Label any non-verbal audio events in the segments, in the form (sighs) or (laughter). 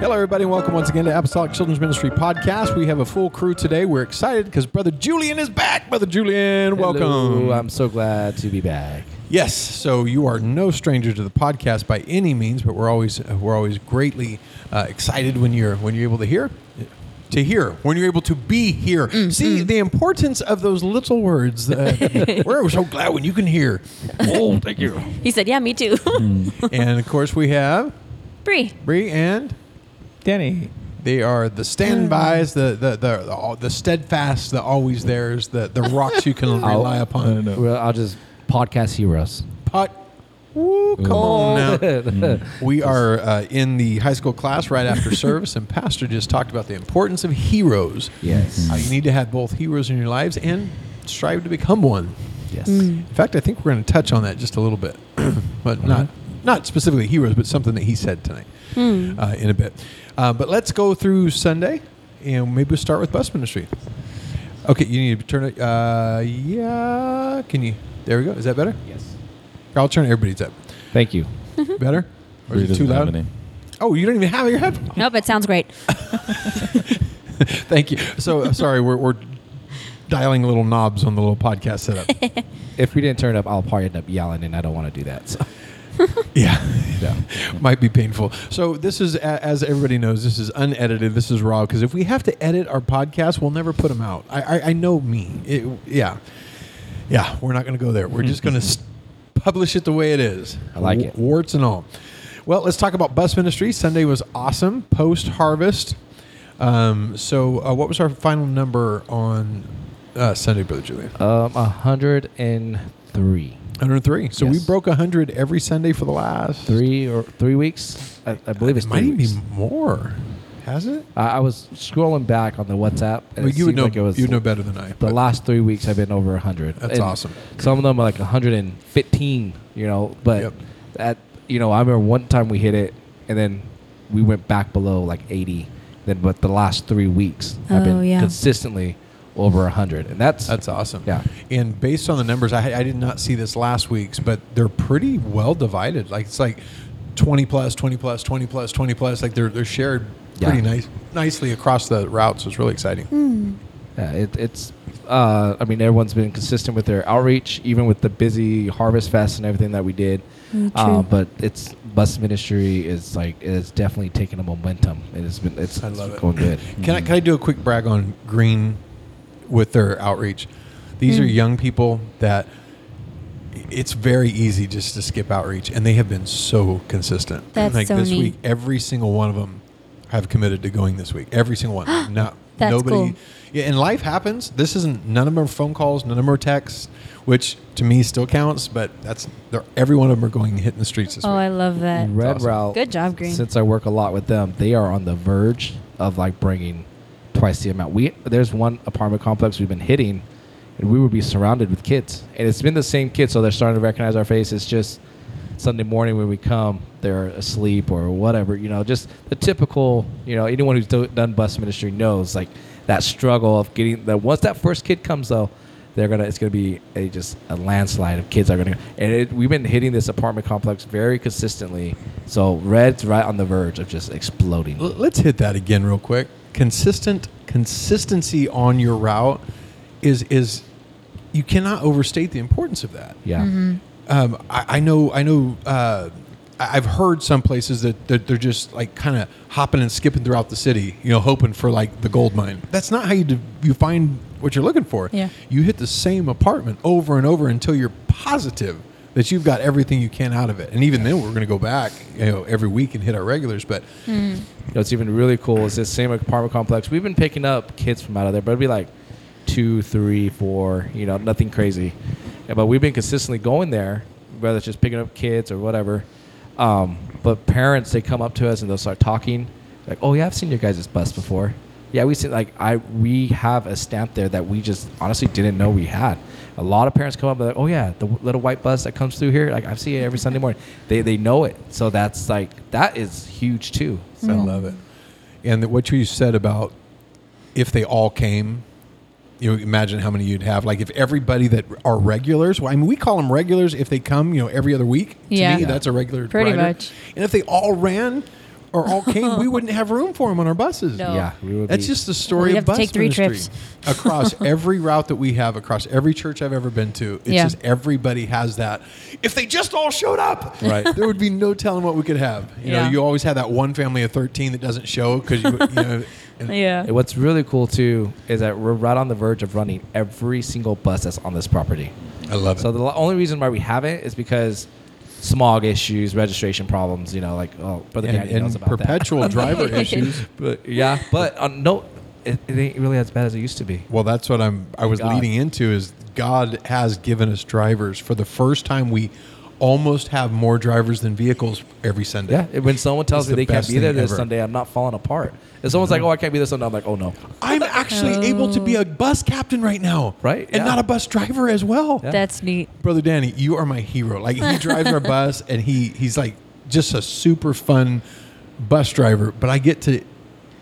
Hello, everybody, and welcome once again to Apostolic Children's Ministry Podcast. We have a full crew today. We're excited because Brother Julian is back. Brother Julian, welcome. Hello, I'm so glad to be back. Yes, so you are no stranger to the podcast by any means, but we're always we're always greatly uh, excited when you're when you're able to hear to hear when you're able to be here. See the importance of those little words. Uh, we're so glad when you can hear. Oh, thank you. He said, "Yeah, me too." (laughs) And of course, we have Bree, Bree and Danny. They are the standbys, the the the the, all- the steadfast, the always there's, the the rocks you can rely upon. Well, I'll just podcast heroes. Pot. Woo, come on now. We are uh, in the high school class right after service, and Pastor just talked about the importance of heroes. Yes. How you need to have both heroes in your lives and strive to become one. yes. In fact, I think we're going to touch on that just a little bit, (clears throat) but not not specifically heroes, but something that he said tonight uh, in a bit. Uh, but let's go through Sunday, and maybe we'll start with bus ministry. Okay, you need to turn it. Uh, yeah, can you? There we go. Is that better? Yes. I'll turn everybody's up. Thank you. Better? Or is it too loud? Oh, you don't even have your head. nope, it sounds great. (laughs) Thank you. So uh, sorry, we're, we're dialing little knobs on the little podcast setup. If we didn't turn it up, I'll probably end up yelling, and I don't want to do that. So. Yeah. (laughs) Might be painful. So this is, a- as everybody knows, this is unedited. This is raw because if we have to edit our podcast, we'll never put them out. I, I, I know me. It, yeah, yeah. We're not going to go there. We're (laughs) just going to publish it the way it is. I like it. Warts and all. Well, let's talk about bus ministry. Sunday was awesome. Post harvest. Um, so, uh, what was our final number on uh, Sunday, Brother Julian? Um, 103. 103. So we Yes. broke 100 every Sunday for the last Three or three weeks? I, I believe it's It three might even be weeks. more. Has it? I, I was scrolling back on the WhatsApp, and Well, it you would seemed know. like it was you know better than I. the but last three weeks I've been over 100. That's awesome. Some of them are like 115, you know, but Yep. that, you know, I remember one time we hit it and then we went back below like 80. Then, but the last three weeks I've Oh, been yeah. consistently over 100. And that's, That's awesome. Yeah. And based on the numbers, I, I did not see this last week's, but they're pretty well divided. Like it's like 20 plus, 20 plus, 20 plus, 20 plus. Like they're they're shared Yeah. pretty nice nicely across the routes. It's really exciting. yeah, it, it's, uh, I mean, everyone's been consistent with their outreach, even with the busy Harvest Fest and everything that we did. Mm, Uh, true. but it's bus ministry is like it's definitely taken a momentum. It has been it's, I love it. going good. Can I can I do a quick brag on Green with their outreach? These Mm. are young people that it's very easy just to skip outreach, and they have been so consistent. That's like so this neat. week, every single one of them have committed to going this week. Every single (gasps) one. Not That's nobody. cool. Yeah, and life happens. This isn't none of them are phone calls, none of them are texts, which to me still counts. But that's they're, every one of them are going hitting the streets this Oh, week. I love that. Red awesome. Route. Good job, Green. Since I work a lot with them, they are on the verge of like bringing twice the amount. We there's one apartment complex we've been hitting, and we would be surrounded with kids, and it's been the same kids, so they're starting to recognize our face. It's just Sunday morning when we come, they're asleep or whatever. You know, just the typical. You know, anyone who's do, done bus ministry knows like that struggle of getting that. Once that first kid comes though. They're gonna. It's gonna be a just a landslide of kids are gonna. And it, we've been hitting this apartment complex very consistently. So Red's right on the verge of just exploding. L- Let's hit that again real quick. Consistent consistency on your route is is you cannot overstate the importance of that. Yeah. Um, I, I know I know uh, I- I've heard some places that, that they're just like kind of hopping and skipping throughout the city, you know, hoping for like the gold mine. That's not how you de- you find what you're looking for. Yeah. You hit the same apartment over and over until you're positive that you've got everything you can out of it. And even then we're going to go back, you know, every week and hit our regulars, but You know, what's even really cool is this same apartment complex. We've been picking up kids from out of there, but it'd be like two, three, four, you know, nothing crazy. Yeah, but we've been consistently going there, whether it's just picking up kids or whatever. Um, but parents, they come up to us and they'll start talking, like, "Oh yeah, I've seen your guys' bus before. Yeah, we seen like I we have a stamp there that we just honestly didn't know we had. A lot of parents come up and like, "Oh yeah, the w- little white bus that comes through here, like I see it every Sunday morning. They they know it, so that's like that is huge too. So I love it. And that what you said about if they all came, you know, imagine how many you'd have. Like if everybody that are regulars, well, I mean, we call them regulars if they come, you know, every other week. To Yeah. me, Yeah. that's a regular. Pretty rider. much. And if they all ran, or all came, (laughs) we wouldn't have room for them on our buses. No. Yeah, we would That's be- just the story We'd of have to bus take three ministry. (laughs) across every route that we have, across every church I've ever been to. It's Yeah. just everybody has that. If they just all showed up, Right. there would be no telling what we could have. You know, Yeah. you always have that one family of thirteen that doesn't show because you, you (laughs) know. and- Yeah. And what's really cool too is that we're right on the verge of running every single bus that's on this property. I love it. So the lo- only reason why we haven't is because smog issues, registration problems. You know, like oh, brother and Danny knows and about that. (laughs) perpetual driver issues. (laughs) but yeah, but uh, no, it, it ain't really as bad as it used to be. Well, that's what I'm. I was God. leading into is God has given us drivers for the first time. We almost have more drivers than vehicles every Sunday. Yeah, it- when someone tells It's me the they can't best be there thing this ever. Mm-hmm. Sunday, I'm not falling apart. If someone's like, "Oh, I can't be there Sunday," I'm like, "Oh no." I'm actually able to be a bus captain right now, Right, And yeah. not a bus driver as well. Yeah. That's neat. Brother Danny, you are my hero. Like he drives our bus, and he he's like just a super fun bus driver. But I get to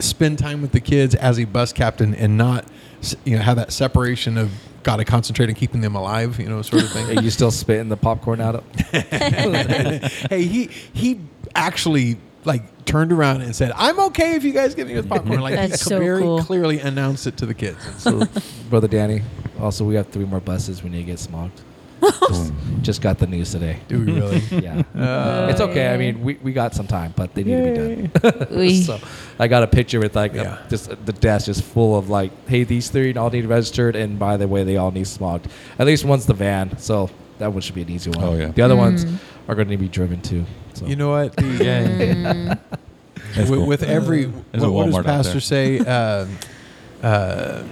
spend time with the kids as a bus captain and not s- you know have that separation of got to concentrate on keeping them alive, you know, sort of (laughs) thing. Are you still spitting the popcorn out? (laughs) hey, he he actually like turned around and said, "I'm okay if you guys give me with popcorn." Like That's he so very cool. clearly announced it to the kids. so, (laughs) brother Danny. Also, we have three more buses. We need to get smogged. just, just got the news today. Do we really? Uh, Yeah, it's okay. I mean, we, we got some time, but they need to be done. We, So (laughs) I got a picture with like a- Yeah. just uh, the desk just full of like, hey, these three all need registered, and by the way, they all need smogged. At least one's the van, so that one should be an easy one. Oh, yeah. The other ones are going to be driven too. So. You know what? The- Mm. That's with, cool. with every There's what, a what Walmart does pastor out there. (laughs) say? Um, uh,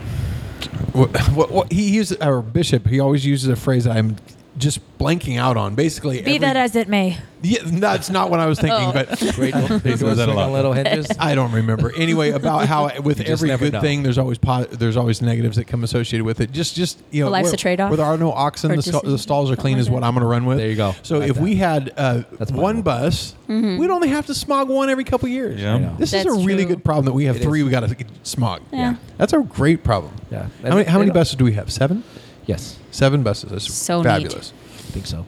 what, what, what he uses our bishop. He always uses a phrase that I'm just blanking out on. Basically, be every- that as it may. yeah, that's not what I was thinking, (laughs) Oh. but (laughs) Great. He does that a lot. Little hinges. I don't remember. (laughs) Anyway, about how with You just every never good know. thing, there's always po- there's always negatives that come associated with it. Just just you know, Well, life's where- a trade-off. Where there are no oxen, Or the, sta- the decision, stalls are something clean, like is what that. I'm going to run with. There you go. So Like if that. we had uh, That's my one one. bus, we'd only have to smog one every couple years. Yeah. Yeah. This Mm-hmm. That's is a really true. good problem that we have It three. is. We got to smog. Yeah. that's a great problem. Yeah. How many, how many They don't- buses do we have? Seven. Yes, Seven buses. That's So neat. fabulous. I (laughs) think so.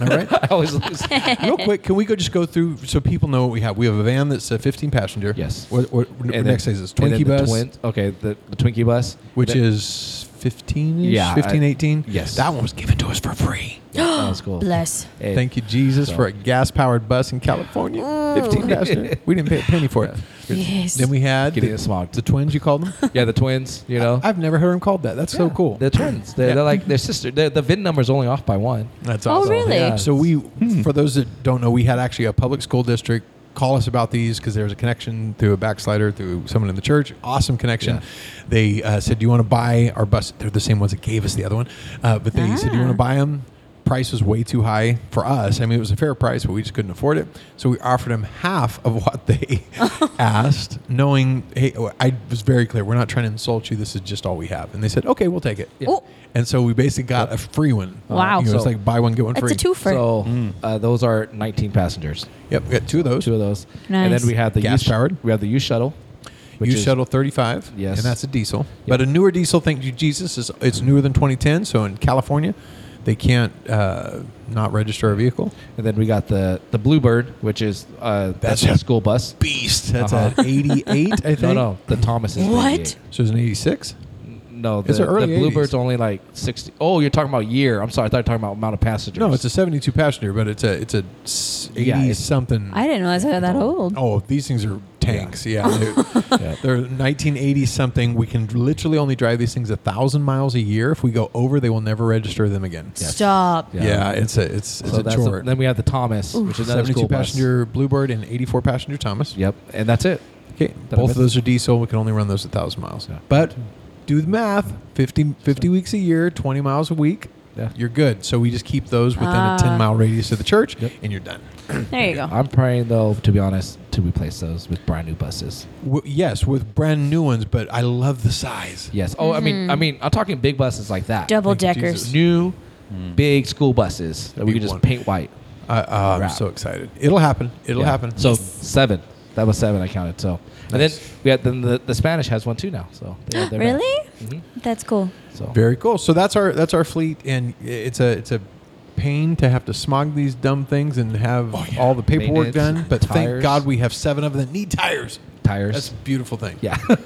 All right. I (laughs) always lose. (laughs) Real quick, can we go just go through so people know what we have? We have a van that's a 15 passenger. Yes. What, what, what next then- is this? and Twinkie then the bus. twin- okay, the, the Twinkie bus, which That- is 15 Yeah, yeah, I- 15 18 yes. that one was given to us for free that was (gasps) cool. Bless. Hey, thank you jesus So- for a gas-powered bus in california 15 (laughs) passenger we didn't pay a penny for it Yes. then we had Getting the, it smogged. the twins you called them Yeah, the twins. (laughs) You know, i've never heard them called that that's so Yeah, cool They're twins. They're, Yeah. they're like they're sister. They're, the VIN number's only off by one. that's Oh, really? Yeah. so we Hmm. for those that don't know we had actually a public school district call us about these because there was a connection through a backslider through someone in the church awesome connection Yeah. they uh, said do you want to buy our bus they're the same ones that gave us the other one uh, but they said do you want Ah. to buy them price was way too high for us i mean it was a fair price but we just couldn't afford it so we offered them half of what (laughs) (laughs) they asked knowing hey oh, i was very clear we're not trying to insult you this is just all we have and they said okay we'll take it Yeah. Oh, and so we basically got a free one Wow. you know, it's So- like buy one get one it's free a twofer. So uh, those are 19 passengers. Yep, we got two of those. Two of those, and Nice. then we have the Gas youth- powered? We have the U shuttle. which you is- shuttle 35, Yes. and that's a diesel. But a newer diesel, thank you, Jesus, is it's newer than 2010. So in California, they can't uh, not register a vehicle. and then we got the the Bluebird, which is uh, That's that's, a- a school bus. Beast, that's Uh-huh. an 88, I (laughs) think. No, no, the Thomas is What? 88. So it's an 86. No, the, It's the early the Bluebird's 80s. only like 60. Oh, you're talking about year. I'm sorry, I thought you were talking about amount of passengers. No, it's a 72 passenger, but it's a it's a s- 80 Yeah, it's- something. I didn't realize they were that old. Oh, these things are tanks. Yeah, (laughs) they're, (laughs) Yeah. they're 1980 something. We can literally only drive these things a thousand miles a year. If we go over, they will never register them again. yes. Stop. Yeah, it's a it's, it's so a that's chore. The, then we have the Thomas, which is another 72 school bus. passenger Bluebird and 84 passenger Thomas. Yep, and that's it. Okay. I Both of miss? those are diesel. We can only run those a 1,000 miles. Yeah. But do the math 50, 50 weeks a year, 20 miles a week. Yeah. You're good. So we just keep those within Ah. a 10 mile radius of the church Yep. and you're done. There you go. I'm praying though, to be honest, to replace those with brand new buses. W- yes, with brand new ones, but I love the size. Yes. Oh, I mean, I mean, I'm talking big buses like that. Mm-hmm. Double Thank you, deckers. Jesus. new, big school buses that we Mm. Big could just one. paint white. I- uh, I'm Wrap. so excited. It'll happen. It'll Yeah. happen. So seven. That was seven I counted. So and then Nice. we had then the, the Spanish has one too now. So they have their van. Really? Mhm. That's cool. So Very cool. So that's our that's our fleet, and it's a it's a pain to have to smog these dumb things and have Oh, yeah. all the paperwork Maintenance, done. But thank tires. God we have seven of them that need tires. Tires. That's a beautiful thing. yeah. (laughs)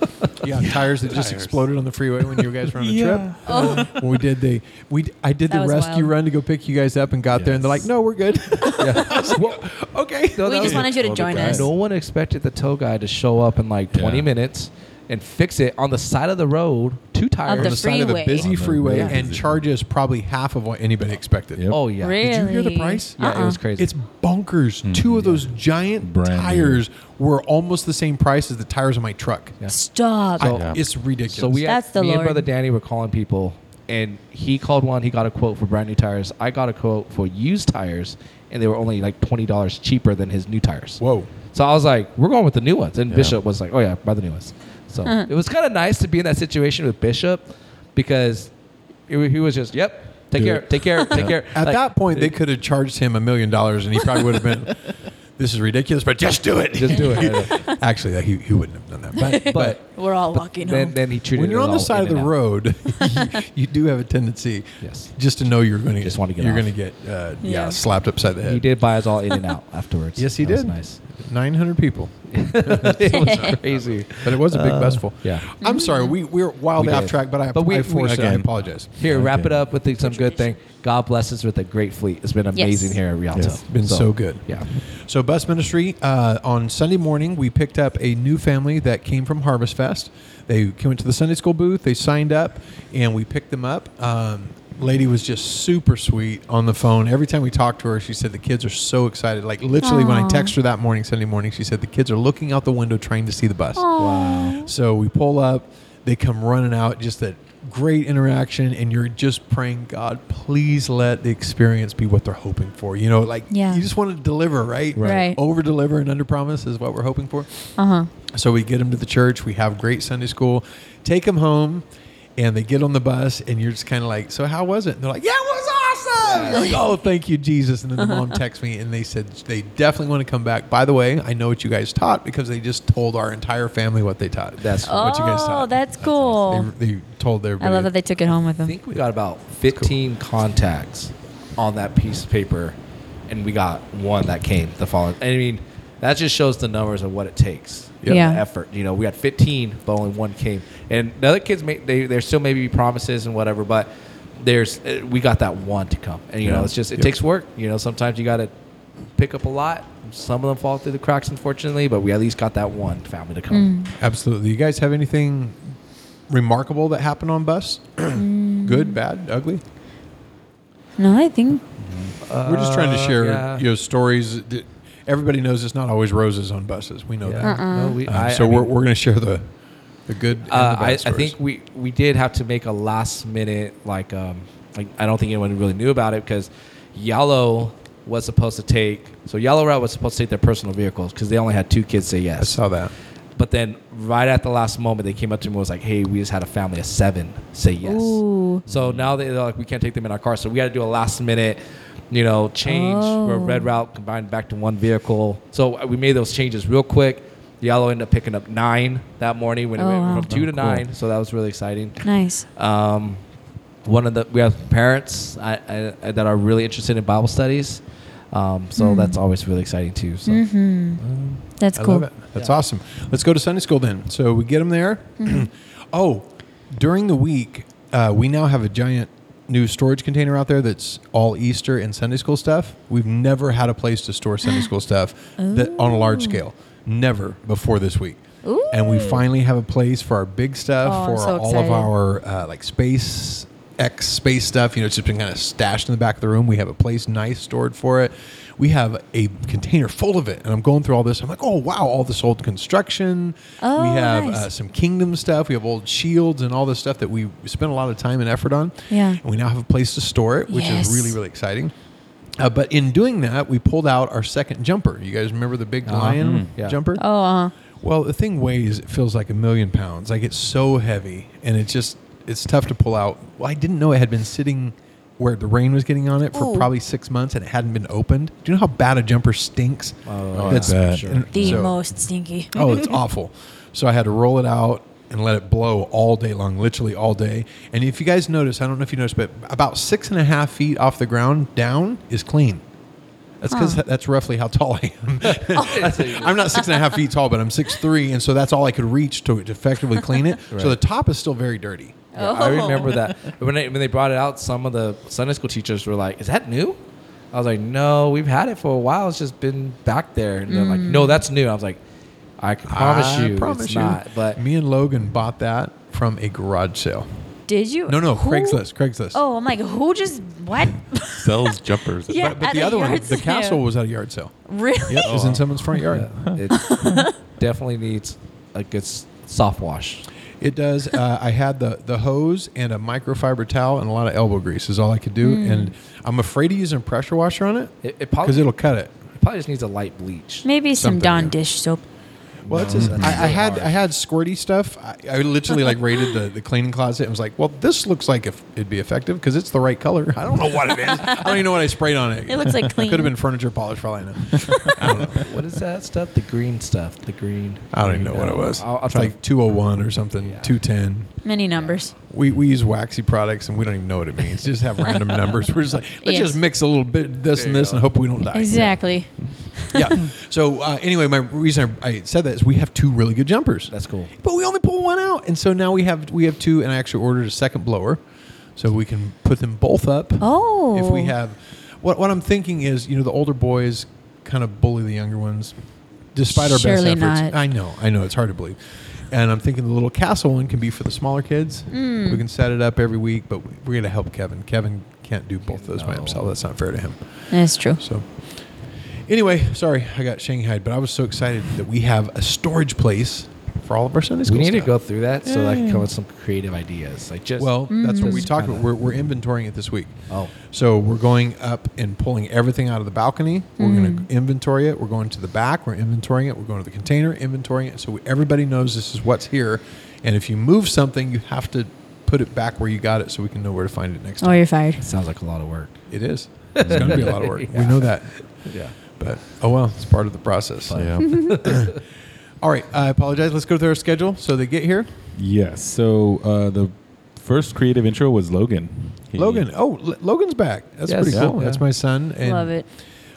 Yeah, tires that just Tires. exploded on the freeway when you guys were (laughs) on a trip. Um, Oh, When we did the we d- I did the That was rescue wild. run to go pick you guys up and got there and they're like, Yes. no, we're good. (laughs) Well, okay, No, that we just was- wanted you to Well, the join guy- us. no one expected the tow guy to show up in like 20 Yeah. minutes and fix it on the side of the road, two on the tires. the side of a freeway. busy On the freeway really and busy- charges probably half of what anybody expected. Yep. oh yeah. Really? Did you hear the price? Yeah, it was Uh-uh. crazy. It's bonkers. Two of those giant Brand new. tires were almost the same price as the tires on my truck. Yeah. Stop. I- Yeah. It's ridiculous. So we That's had, the me and Lord. brother Danny were calling people, and he called one. He got a quote for brand new tires. I got a quote for used tires, and they were only like twenty dollars cheaper than his new tires. Whoa. So I was like, "We're going with the new ones," and Yeah. Bishop was like, "Oh yeah, buy the new ones." So Uh-huh. it was kind of nice to be in that situation with Bishop because it, wa- he was just, "Yep, take Do care, it." take care, (laughs) take care." At Like, that point, they could have charged him a million dollars, and he probably would have (laughs) been, "This is ridiculous," but just do it. just do it. (laughs) Actually, he, he wouldn't have done (laughs) that. But, but We're all walking then, home. then he treated when you're it on the all side of in the and out. road, (laughs) you, you do have a tendency, Yes. just to know you're going to Just want to get you're off. going to get uh, yeah. Yeah. slapped upside the head. He did buy us all in and out afterwards. Yes, he That was did. (laughs) nice. (laughs) Nine hundred people, it was crazy. but it was a big bus full. Uh, yeah. I'm sorry, we we're wildly We off did. track, but I But we- I forced it. I again. apologize. Here, wrap Okay. it up with the, some good thing. Tradition. God bless us with a great fleet. It's been amazing here at Rialto. Yes. Been so good. Yeah. So, Bus Ministry, uh, on Sunday morning, we picked up a new family that came from Harvest Fest. They came into the Sunday school booth, they signed up, and we picked them up. Um, lady was just super sweet on the phone. Every time we talked to her, she said the kids are so excited. Like, literally, when I Aw. text her that morning, Sunday morning, she said the kids are looking out the window trying to see the bus. Wow. So we pull up, they come running out, just that great interaction, and you're just praying, God, please let the experience be what they're hoping for. You know, like Yeah. you just want to deliver, right? Right. Right. Over deliver and under promise is what we're hoping for. Uh huh. So we get them to the church, we have great Sunday school, take them home. And they get on the bus, and you're just kind of like, "So how was it?" And they're like, "Yeah, it was awesome." You're like, oh, thank you, Jesus. And then the (laughs) mom texts me, and they said they definitely want to come back. By the way, I know what you guys taught because they just told our entire family what they taught. That's. Oh, What you guys thought. that's cool. They, they told their. I love that they took it home with I them. think we got about 15 contacts on that piece of paper, and we got one that came the following. I mean, that just shows the numbers of what it takes. Yep. Yeah. The effort. You know, we had 15, but only one came. And the other kids, may, they there's still maybe promises and whatever, but there's uh, we got that one to come. And you know, Yeah. it's just it Yep. takes work. You know, sometimes you got to pick up a lot. Some of them fall through the cracks, unfortunately, but we at least got that one family to come. Mm. Absolutely. You guys have anything remarkable that happened on (clears throat) bus? Good, bad, ugly. No, I think We're just trying to Uh, share yeah. you know, stories. that- Everybody knows it's not always roses on buses. We know Yeah. that. Uh-uh. No, we, Um, I- so I we're, mean- we're going to share the the good. And Uh, the bad I, I stories. think we, we did have to make a last minute like um like I don't think anyone really knew about it because Yellow was supposed to take so Yellow Route was supposed to take their personal vehicles because they only had two kids say I yes. saw that. But then right at the last moment they came up to me and was like, Hey, we just had a family of seven say yes. Ooh. So now they- they're like, we can't take them in our car. So we got to do a last minute, you know, change where Oh. Red Route combined back to one vehicle. So we made those changes real quick. Yellow ended up picking up nine that morning when Oh, it went wow. from two to Oh, cool. nine. So that was really exciting. nice. Um, one of the we have parents I, I, that are really interested in Bible studies. Um, so Hmm. that's always really exciting too. So Mm-hmm. (laughs) That's I cool. love it. That's awesome. Let's go to Sunday school then. So we get them there. Mm-hmm. (clears throat) oh, during the week, uh, we now have a giant new storage container out there that's all Easter and Sunday school stuff. We've never had a place to store Sunday (gasps) school stuff that on a large scale. Never before this week. And we finally have a place for our big stuff, Oh, for I'm so all of excited. our uh, like space X space stuff. You know, it's just been kind of stashed in the back of the room. We have a place nice stored for it. We have a container full of it, and I'm going through all this. I'm like, oh wow, all this old construction. Oh, we have nice. uh, some kingdom stuff. We have old shields and all this stuff that we spent a lot of time and effort on. Yeah. And we now have a place to store it, which Yes. is really really exciting. Uh, but in doing that, we pulled out our second jumper. You guys remember the big lion Yeah. jumper? Oh, uh, Well, the thing weighs it feels like a million pounds. Like it's so heavy, and it's just it's tough to pull out. Well, I didn't know it had been sitting where the rain was getting on it for Ooh. probably six months, and it hadn't been opened. Do you know how bad a jumper stinks? Oh, I bet. and the so- most stinky. Oh, it's awful. So I had to roll it out, and let it blow all day long, literally all day. And if you guys notice, I don't know if you noticed, but about six and a half feet off the ground down is clean. That's because Huh. that's roughly how tall I am. I'm not six and a half feet tall, but I'm six three, and so that's all I could reach to effectively clean it. Right. So the top is still very dirty. Yeah, I Oh. remember (laughs) that when they, when they brought it out, some of the Sunday school teachers were like, "Is that new?" I was like, "No, we've had it for a while. It's just been back there." And they're like, "No, that's new." I was like, "I can promise Mm. I you, promise it's you. not." (laughs) But me and Logan bought that from a garage sale. Did you? No, no, Who- Craigslist, Craigslist. Oh, I'm like, who just what? (laughs) Sells jumpers. Yeah. but but at the a other one, yard the sale. castle was at a yard sale. really? Yep, it was Oh, wow. in someone's front yard. yeah, it definitely needs a good s- soft wash. It does. Uh, I had the, the hose and a microfiber towel and a lot of elbow grease is all I could do, Mm. and I'm afraid of using a pressure washer on it It, it because probably it'll cut it. it probably just needs a light bleach. Maybe some Something, Dawn yeah. dish soap. Well, it's just, I, that's I really had hard. I had squirty stuff. I, I literally like raided the, the cleaning closet and was like, "Well, this looks like if it'd be effective because it's the right color." I don't know what it is. I don't even know what I sprayed on it. It looks like clean. Could have been furniture polish for all I know. (laughs) I don't know. What is that stuff? The green stuff. The green. I don't even know what it was. I'll, I'll it's try. like 201 or something, Yeah. 210. Many numbers. We, we use waxy products and we don't even know what it means. Just have (laughs) random numbers. We're just like, let's Yes. just mix a little bit of this There and you this go. and hope we don't die. Exactly. yeah. (laughs) So, uh, anyway, my reason I I said that is we have two really good jumpers. that's cool. but we only pull one out and so now we have we have two and i actually ordered a second blower so we can put them both up Oh. if we have what what i'm thinking is you know the older boys kind of bully the younger ones despite our Surely best efforts not. i know i know it's hard to believe and i'm thinking the little castle one can be for the smaller kids Mm. we can set it up every week but we- we're going to help kevin kevin can't do both of those by No. himself that's not fair to him That's true. so, anyway, sorry I got shanghaied, but I was so excited that we have a storage place for all of our Sunday We school. need to stuff. go through that so I can Yeah. come with some creative ideas. Like just Well, that's what we Mhm. talked about. We're, we're inventorying it this week. oh, So we're going up and pulling everything out of the balcony. We're going to inventory it. We're going to the back. We're inventorying it. We're going to the container, inventorying it. So we, everybody knows this is what's here. And if you move something, you have to put it back where you got it so we can know where to find it next Oh, time. you're fired. it sounds like a lot of work. It is. It's going to be a lot of (laughs) work. We know that. Yeah. But oh well, it's part of the process. Yeah. All right, I apologize. Let's go through our schedule. So they get here. yes. So uh, the first creative intro was Logan. He- Logan. Oh, L- Logan's back. That's Yes. pretty Yeah, cool. yeah. That's my son. And, Love it.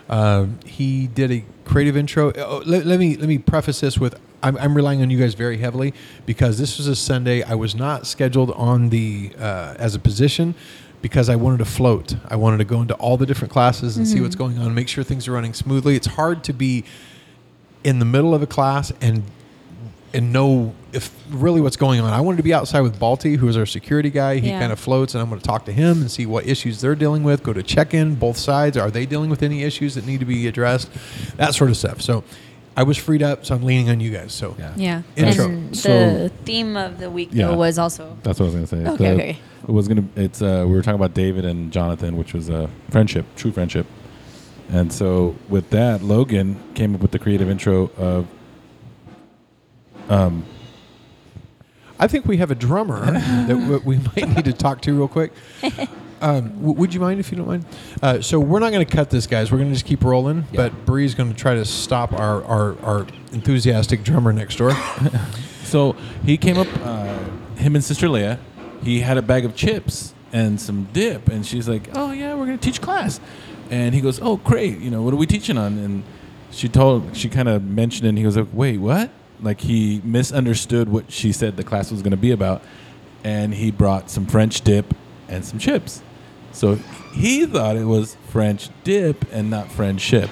Um, he did a creative intro. Oh, let, let me let me preface this with I'm, I'm relying on you guys very heavily because this was a Sunday. I was not scheduled on the uh, as a position because I wanted to float. I wanted to go into all the different classes and see what's going on, make sure things are running smoothly. It's hard to be in the middle of a class and and know if really what's going on. I wanted to be outside with Balti, who is our security guy. He Yeah. kind of floats, and I'm going to talk to him and see what issues they're dealing with. Go to check in both sides. Are they dealing with any issues that need to be addressed? That sort of stuff. So I was freed up, so I'm leaning on you guys. So Yeah. Yeah. Intro. And So- the theme of the week Yeah. though was also That's what I was gonna say. Okay, The- okay. It was gonna. It's uh, we were talking about David and Jonathan, which was a friendship, true friendship. And so with that, Logan came up with the creative intro of I think we have a drummer (laughs) that w- we might need to talk to real quick. Um, w- would you mind if you don't mind? Uh, so we're not going to cut this, guys. We're going to just keep rolling. Yeah. But Bree's going to try to stop our, our, our enthusiastic drummer next door. So he came up, uh, him and Sister Leah. He had a bag of chips and some dip, and she's like, "Oh yeah, we're gonna teach class," and he goes, "Oh great, you know what are we teaching on?" And she told, she kind of mentioned, it, and he was like, "Wait, what?" Like he misunderstood what she said the class was gonna be about, and he brought some French dip and some chips. So he thought it was French dip and not friendship.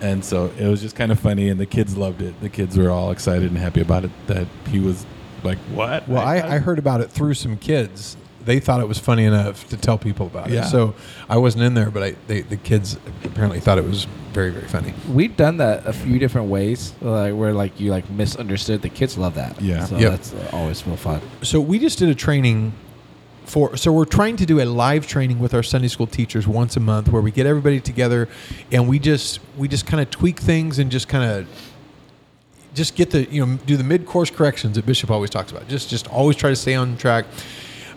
And so it was just kind of funny, and the kids loved it. The kids were all excited and happy about it that he was like, "What?" Well, I, I heard about it through some kids. They thought it was funny enough to tell people about Yeah. it. So I wasn't in there, but I, they, the kids apparently thought it was very, very funny. We've done that a few different ways, like where like you like misunderstood. The kids love that. Yeah. so Yep. that's uh, always real fun. So we just did a training for so we're trying to do a live training with our Sunday school teachers once a month where we get everybody together and we just we just kind of tweak things and just kind of just get the you know do the mid course corrections that Bishop always talks about. Just just always try to stay on track.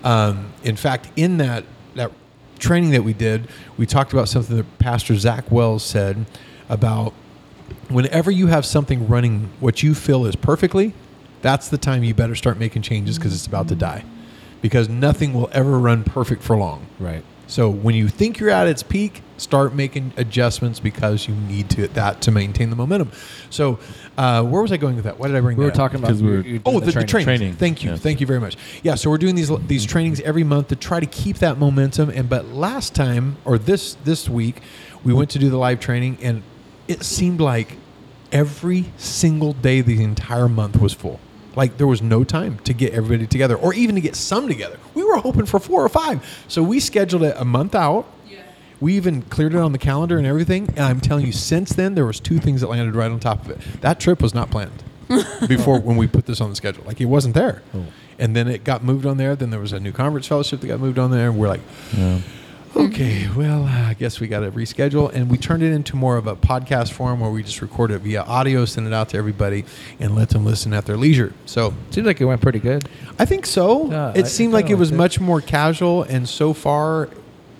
Um, in fact, in that that training that we did, we talked about something that Pastor Zach Wells said about whenever you have something running what you feel is perfectly, that's the time you better start making changes because it's about to die. Because nothing will ever run perfect for long. Right. So when you think you're at its peak, start making adjustments because you need to that to maintain the momentum. So uh, where was I going with that? Why did I bring We that were up? talking about Because we were- you- you Oh, the, doing the, training. trainings. Training. Thank you, Yeah. thank you very much. Yeah, so we're doing these these trainings every month to try to keep that momentum. And but last time or this this week, we went to do the live training, and it seemed like every single day the entire month was full. Like there was no time to get everybody together, or even to get some together. We were hoping for four or five, so we scheduled it a month out. We even cleared it on the calendar and everything. And I'm telling you, since then there was two things that landed right on top of it. That trip was not planned before when we put this on the schedule. Like it wasn't there. And then it got moved on there. Then there was a new conference fellowship that got moved on there. And we're like, okay, well, uh, I guess we got to reschedule. And we turned it into more of a podcast form where we just record it via audio, send it out to everybody, and let them listen at their leisure. So Seems like it went pretty good. I think so. Yeah, it I- seemed I like it kinda was liked it. much more casual, and so far,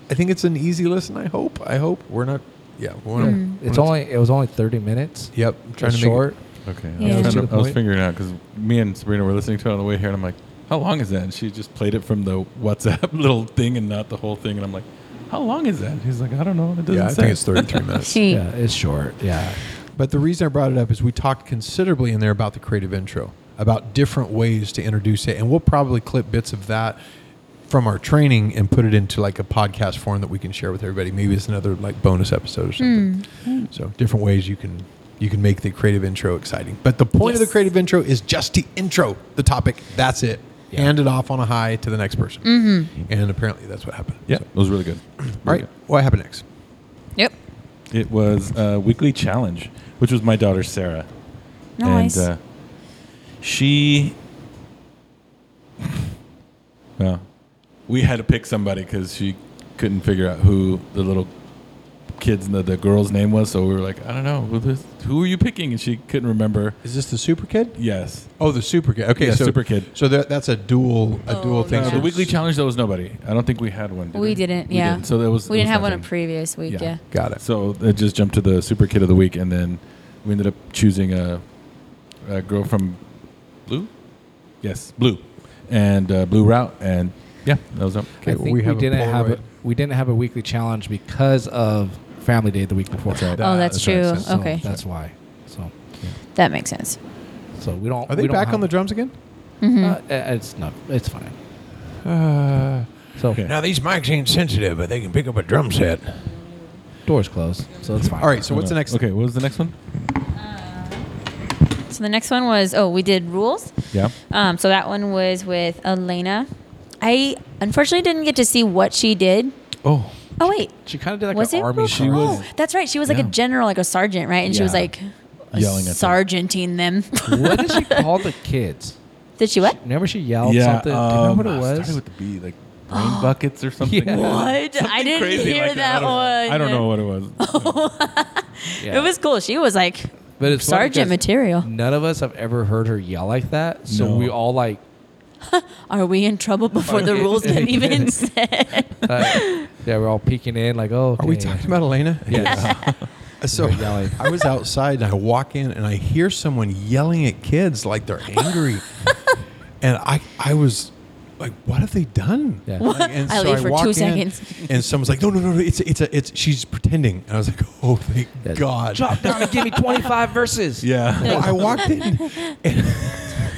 I think it's an easy listen. I hope. I hope we're not. Yeah, we're not- we're Hmm. Mm-hmm. It's not- only it was only thirty minutes. Yep, trying to make it- short. Okay. Yeah. I, was To trying the to, I was point. figuring it out because me and Sabrina were listening to it on the way here, and I'm like, how long is that? And she just played it from the WhatsApp (laughs) little thing and not the whole thing. And I'm like, how long is that? And he's like, I don't know. It doesn't Yeah, I say. think it's thirty-three minutes. (laughs) She, yeah, it's short. Yeah. But the reason I brought it up is we talked considerably in there about the creative intro, about different ways to introduce it, and we'll probably clip bits of that from our training and put it into like a podcast form that we can share with everybody. Maybe it's another like bonus episode or something. So different ways you can you can make the creative intro exciting. But the point of Yes. the creative intro is just to intro the topic. That's it. Hand it off on a high to the next person. And apparently that's what happened. Yeah, So, it was really good. all Really right. What happened next? Yep. good. It was a weekly challenge, which was my daughter, Sarah. Oh, Nice. And uh, she. Well, we had to pick somebody because she couldn't figure out who the little kids, the, the girl's name was. So we were like, I don't know. Who, this, who are you picking? And she couldn't remember. Is this the super kid? Yes. Oh, the super kid. Okay, Yeah, so super kid. So that, that's a dual a Oh, dual thing. So no. Uh, The Yeah. weekly challenge, there was nobody. I don't think we had one. we didn't. Yeah. didn't. So there was. We there didn't was have one in nothing. previous week. Yeah. Yeah. Got it. So it just jumped to the super kid of the week, and then we ended up choosing a, a girl from Blue. Yes, Blue, and uh, Blue Route, and yeah, that was up. Okay, I well, think we we, have a didn't have Polaroid. a, we didn't have a weekly challenge because of Family Day the week before. right. oh, that's, that true. makes sense. So okay. That's why. So that makes sense. Mm-hmm. so we don't. Are they we don't back have- on the drums again? Uh, eh, it's not. It's fine. Uh, So Okay. now these mics ain't sensitive, but they can pick up a drum set. doors closed. So it's fine. Mm-hmm. All right. So what's the next? Oh, Okay, what was the next one? So the next one was oh we did rules. Yeah. Um, so that one was with Elena. I unfortunately didn't get to see what she did. Oh, Oh wait, She kind of did like was an it? army. rules? She call. was- oh, that's right. She was like Yeah. a general, like a sergeant, right? And she was Yeah. like Yelling at them. sergeanting them. (laughs) what did she call the kids? (laughs) did she (laughs) what? Remember she yelled yeah. um, something. Do you remember what it was? Started with the (gasps) B, like brain buckets or something. Yeah. What? I Something didn't crazy hear like that, one. I don't, know. (laughs) I don't know what it was. Yeah. It was cool. She was like But it's funny sergeant 'cause material. None of us have ever heard her yell like that. So No. we all like Are we in trouble before the rules have even said? uh, yeah, we're all peeking in like, oh, Are we okay. talking about Elena? Uh, Yes. So They're yelling. I was outside and I walk in and I hear someone yelling at kids like they're (laughs) angry, and I I was like, what have they done? Yeah. Like, (laughs) and I leave for two walk in, seconds. and someone's like, no, no, no, no, it's it's a, it's she's pretending, and I was like, (laughs) oh, thank Yeah. God, Drop down and give me 25 verses. (laughs) yeah. Well, I walked (laughs) in, and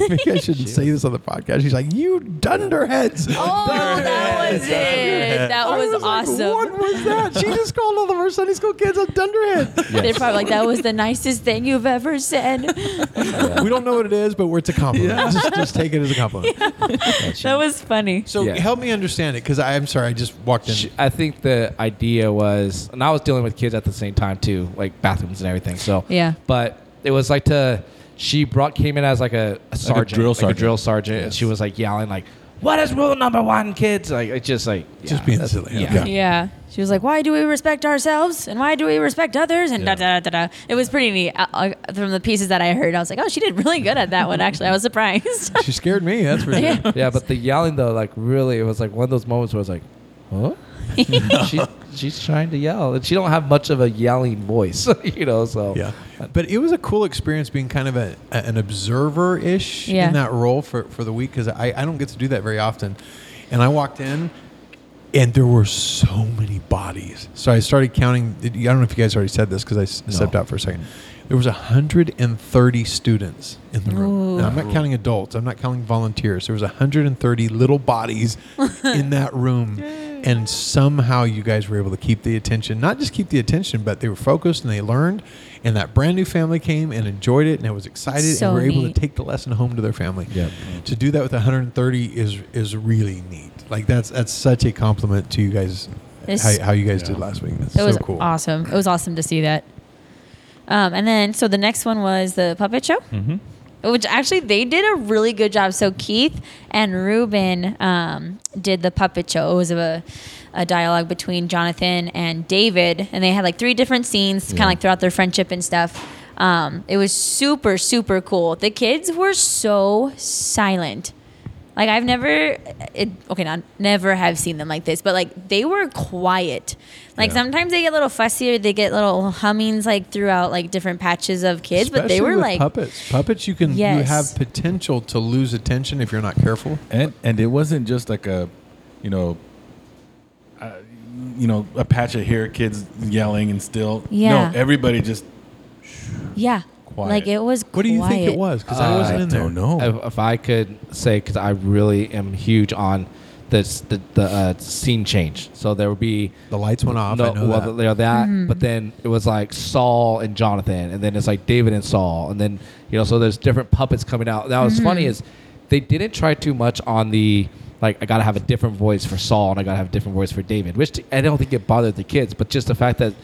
(laughs) maybe I shouldn't say this on the podcast. She's like, "You dunderheads!" Oh, that was it. That I was, like, awesome. what was that? She just called all of her Sunday school kids a dunderhead. They're probably like, that was the nicest thing you've ever (laughs) said. we don't know what it is, but we're- it's a compliment. Just, just take it as a compliment. that was funny. So Yeah. help me understand it, because I'm sorry, I just walked in. Sh I think the idea was, and I was dealing with kids at the same time too, like bathrooms and everything. So Yeah. but it was like to she brought came in as like a, a sergeant, drill like sergeant. drill sergeant, and Yes. she was like yelling like, "What is rule number one, kids?" Like it's just like Just yeah, being that's- silly. Yeah. Okay. Yeah. She was like, why do we respect ourselves? And why do we respect others? And da, da, Yeah. da, da, da. It was pretty neat. I, I, from the pieces that I heard, I was like, oh, she did really good at that one, actually. I (laughs) was surprised. (laughs) She scared me. That's for sure. yeah. Yeah, but the yelling though, like really, it was like one of those moments where I was like, "Huh?" she, she's trying to yell, and she don't have much of a yelling voice, (laughs) you know. So Yeah. uh, But it was a cool experience being kind of a, a- an observer ish Yeah. in that role for, for the week because I, I don't get to do that very often. And I walked in and there were so many bodies. So I started counting. I don't know if you guys already said this because I s- stepped out for a second. There was 130 students in the room. And I'm not counting adults. I'm not counting volunteers. There was 130 little (laughs) bodies in that room, and somehow you guys were able to keep the attention. Not just keep the attention, but they were focused and they learned. And that brand new family came and enjoyed it, and it was excited, So and were able neat. to take the lesson home to their family. Yep. To do that with 130 is is really neat. Like that's that's such a compliment to you guys. This- how, how you guys did last week. That's It so was cool. awesome. It was awesome to see that. Um, and then, so the next one was the puppet show, which actually they did a really good job. So Keith and Ruben um, did the puppet show. It was a, a dialogue between Jonathan and David, and they had like three different scenes, kind Yeah. of like throughout their friendship and stuff. Um, it was super, super cool. The kids were so silent. Like I've never, it, okay, not never have seen them like this, but like they were quiet. Like Yeah. sometimes they get a little fussy or they get little hummings like throughout like different patches of kids, but they Especially were with like, puppets. Puppets, you can you Yes. have potential to lose attention if you're not careful. and and it wasn't just like a, you know, uh, you know, a patch of hair, kids yelling and still. Yeah. No, everybody just. yeah, Quiet. like it was. What do you think it quiet. was? Because I wasn't in there. know. If, if I could say, because I really am huge on this, the the uh, scene change. So there would be The lights went off. Oh, I know well, that. you know, that. But then it was like Saul and Jonathan, and then it's like David and Saul, and then you know, so there's different puppets coming out. Now, what's funny is they didn't try too much on the like I gotta have a different voice for Saul and I gotta have a different voice for David, which t- I don't think it bothered the kids, but just the fact that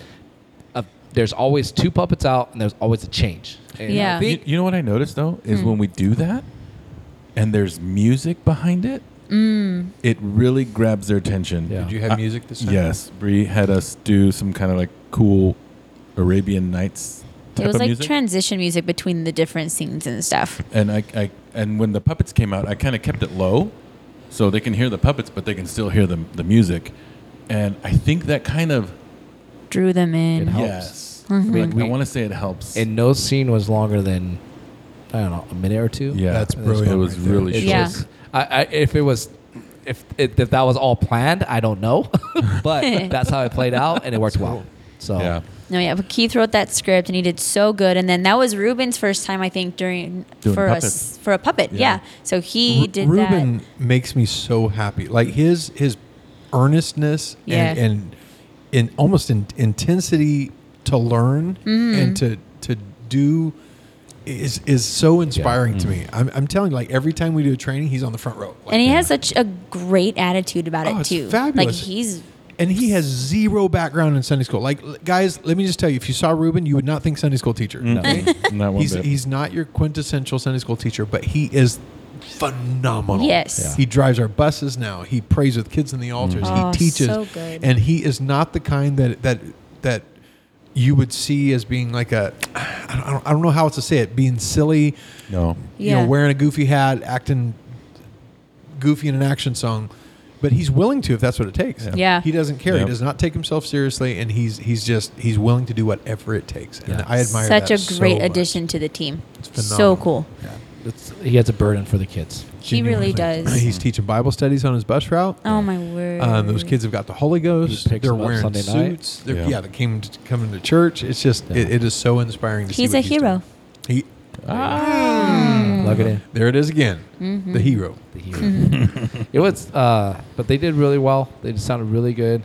uh, there's always two puppets out and there's always a change. And I Yeah. You, think- you know what I noticed though is Hmm. when we do that, and there's music behind it, Mm. it really grabs their attention. Yeah. Did you have Uh, music this time? Yes, Bree had us do some kind of like cool Arabian Nights. Type It was of like music. transition music between the different scenes and stuff. and I, I and when the puppets came out, I kind of kept it low, so they can hear the puppets, but they can still hear the the music, and I think that kind of Drew them It in. helped. yes, Mm-hmm. I mean, Like, we- I want to say it helps. and no scene was longer than I don't know a minute or two. yeah, That's It brilliant was right there. really It short. Yeah. was- I, I, if it was, if, it, if that was all planned, I don't know, (laughs) but that's how it played out, and it worked well. So Yeah. No, yeah, but Keith wrote that script and he did so good. And then that was Ruben's first time, I think, during Doing for puppets. us for a puppet. Yeah, so he Ru- did Ruben makes me so happy. Like his his earnestness Yeah. and, and and almost in, intensity to learn Mm-hmm. and to to do is is so inspiring to me. I'm, I'm telling you, like every time we do a training, he's on the front row. that, Like, and he has such a great attitude about Oh, it it's too. Like fabulous. he's and he has zero background in Sunday school. Like l- guys, let me just tell you, if you saw Ruben, you would not think Sunday school teacher. (laughs) Mm-mm, not one He's, bit. he's not your quintessential Sunday school teacher, but he is phenomenal. Yes. Yeah. He drives our buses now. He prays with kids in the altars. Oh, he teaches. so good. And he is not the kind that that that you would see as being like a I don't, I don't know how else to say it, being silly, no, you Yeah. know, wearing a goofy hat, acting goofy in an action song. But he's willing to if that's what it takes. Yeah. He doesn't care. Yep. He does not take himself seriously and he's he's just he's willing to do whatever it takes. And Yeah. I admire such that a so great much. addition to the team. So phenomenal. cool. it's, he has a burden for the kids. He really does. He's teaching Bible studies on his bus route. Oh my word. Um, those kids have got the Holy Ghost. He picks They're them up wearing Sunday night. suits. They're, yeah. Yeah. they came to, coming to church. It's just it, it is so inspiring to see. He's what a hero. doing. He, Plug it in. there it is again. Mm-hmm. The hero. The hero. (laughs) it was, uh, but they did really well. They just sounded really good,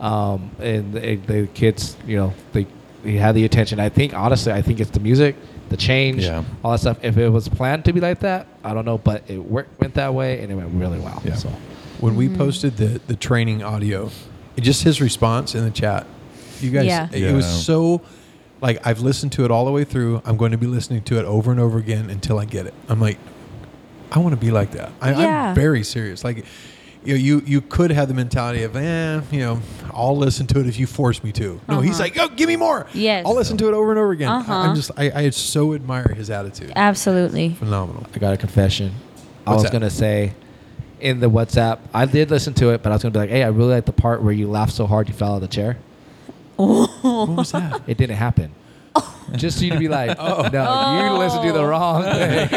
um, and the, the kids, you know, they they had the attention. I think honestly, I think it's the music, the change, Yeah. all that stuff. If it was planned to be like that, I don't know, but it worked, went that way, and it went really well. Yeah. So. When Mm-hmm. we posted the the training audio, it- just his response in the chat. You guys, Yeah. it, it was Yeah. so. Like I've listened to it all the way through. I'm going to be listening to it over and over again until I get it. I'm like, I want to be like that. I, Yeah. I'm very serious. Like, you, know, you you could have the mentality of, eh, you know, I'll listen to it if you force me to. No, he's like, oh, give me more. Uh-huh. Yes. I'll listen to it over and over again. I- Uh-huh. I'm just, I, I so admire his attitude. (laughs) Absolutely. Phenomenal. I got a confession. I What's that? was gonna say in the WhatsApp, I did listen to it, but I was gonna be like, "Hey, I really like the part where you laughed so hard you fell out of the chair." What was that? (laughs) It didn't happen. just so you to be like, oh, no, you listen to the wrong thing.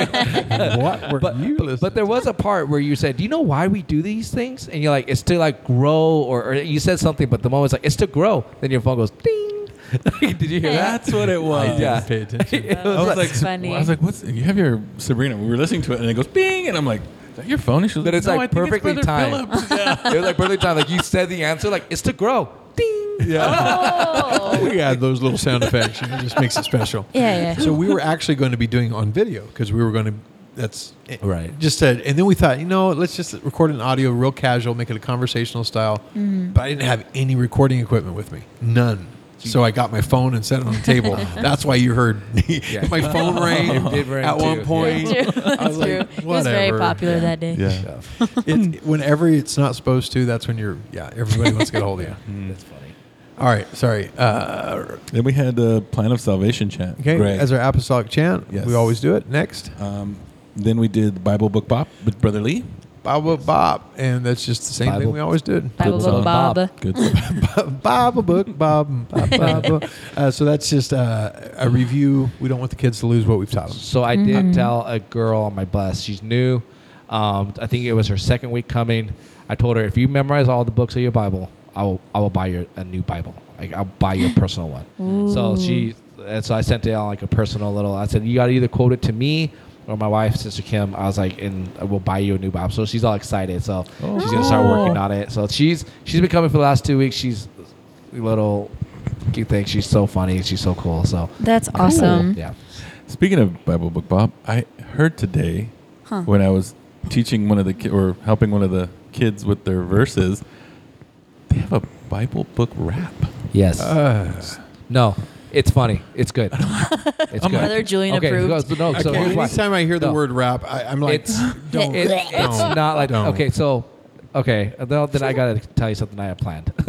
Oh. (laughs) what were But, you listening but there was a part where you said, "Do you know why we do these things?" And you're like, "It's to like grow," or, or you said something, but the moment's like, "It's to grow." Then your phone goes, "Ding!" (laughs) Did you hear that? That's what it was. to? yeah. Pay attention. (laughs) It I was was That's like, funny. I was like, what's you have your Sabrina? We were listening to it, and it goes bing, and I'm like, is that your phone? And she was But it's, "No, like, I think perfectly Brother timed." Phillips." (laughs) yeah. it was like perfectly timed. Like you said the answer, like it's to grow. Ding. Oh. we add those little sound effects. and It just makes it special. (laughs) Yeah, yeah. So we were actually going to be doing it on video because we were going to. That's it- Right. Just said, and then we thought, you know, let's just record an audio, real casual, make it a conversational style. Mm-hmm. But I didn't have any recording equipment with me, none. So I got my phone and set it on the table. (laughs) That's why you heard Yeah. (laughs) my (laughs) phone ring It did ring at one too, point. That's true. (laughs) I That's was true. like, It was very whatever. popular Yeah. that day. yeah. It, whenever (laughs) it's not supposed to, that's when you're. Yeah, everybody wants to get a (laughs) hold of you. (laughs) That's funny. All right, sorry. Uh, Then we had the Plan of Salvation chant. okay, Greg. as our apostolic chant, Yes. we always do it. Next. um, then we did Bible Book Bop with Brother Lee. Bible Bob, and that's just the same thing Bible. we always (laughs) did. Bible song. Book Bob. Good. Bible book, Bob, Bob, Bob. (laughs) Uh, so that's just uh, a review. We don't want the kids to lose what we've taught them. So I did tell a girl on my bus. She's new. Um, I think it was her second week coming. I told her if you memorize all the books of your Bible, I will I will buy you a new Bible. Like I'll buy you a personal one. So she and so I sent it on like a personal little. I said you got to either quote it to me or my wife, Sister Kim. I was like, and I will buy you a new Bible. So she's all excited. So she's gonna start working on it. So she's she's been coming for the last two weeks. She's a little cute thing. She's so funny. She's so cool. So That's awesome. yeah. (laughs) Speaking of Bible Book Bob, I heard today when I was teaching one of the ki- or helping one of the kids with their verses, they have a Bible Book rap. Yes. Uh, No, it's funny. It's (laughs) good. It's I'm good. Mother Julian okay, approved. goes- no, so okay, here's why. anytime I hear the No. word rap, I, I'm like, It's- (laughs) don't. It- don't, it's not like don't. okay. So okay, though, then I gotta tell you something I have (laughs) planned. (laughs)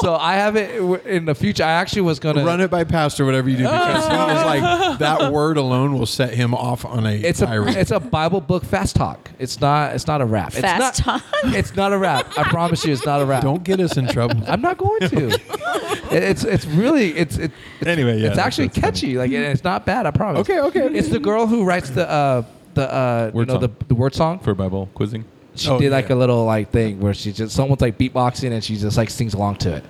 so I have it w- in the future. I actually was gonna Run it by pastor, whatever you do, because he is (laughs) like that word alone will set him off on a It's a tirade. it's a Bible book fast talk. It's not it's not a rap. Fast it's not, talk? It's not a rap. I promise you, it's not a rap. don't get us in trouble. (laughs) I'm not going (laughs) to. It- it's it's really it's it, it's Anyway, yeah, it's that- actually that's funny. catchy. Like and it's not bad. I promise. Okay, okay. It's the girl who writes the uh the uh Word you know, the song. the word song. for Bible quizzing. she Oh, did like yeah. a little like thing where she just someone's like beatboxing and she just like sings along to it.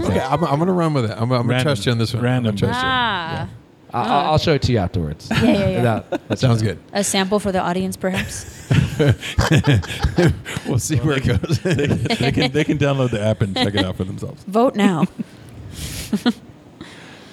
Okay, I'm, I'm gonna run with it. I'm, I'm gonna Random. trust you on this one. I'm gonna Random. trust you. Ah. I, I'll I'll show it to you afterwards. Yeah, yeah, yeah. That- That sounds good. A sample for the audience, perhaps. We'll see where it goes. they, can, they can they can download the app and check it out for themselves. Vote now.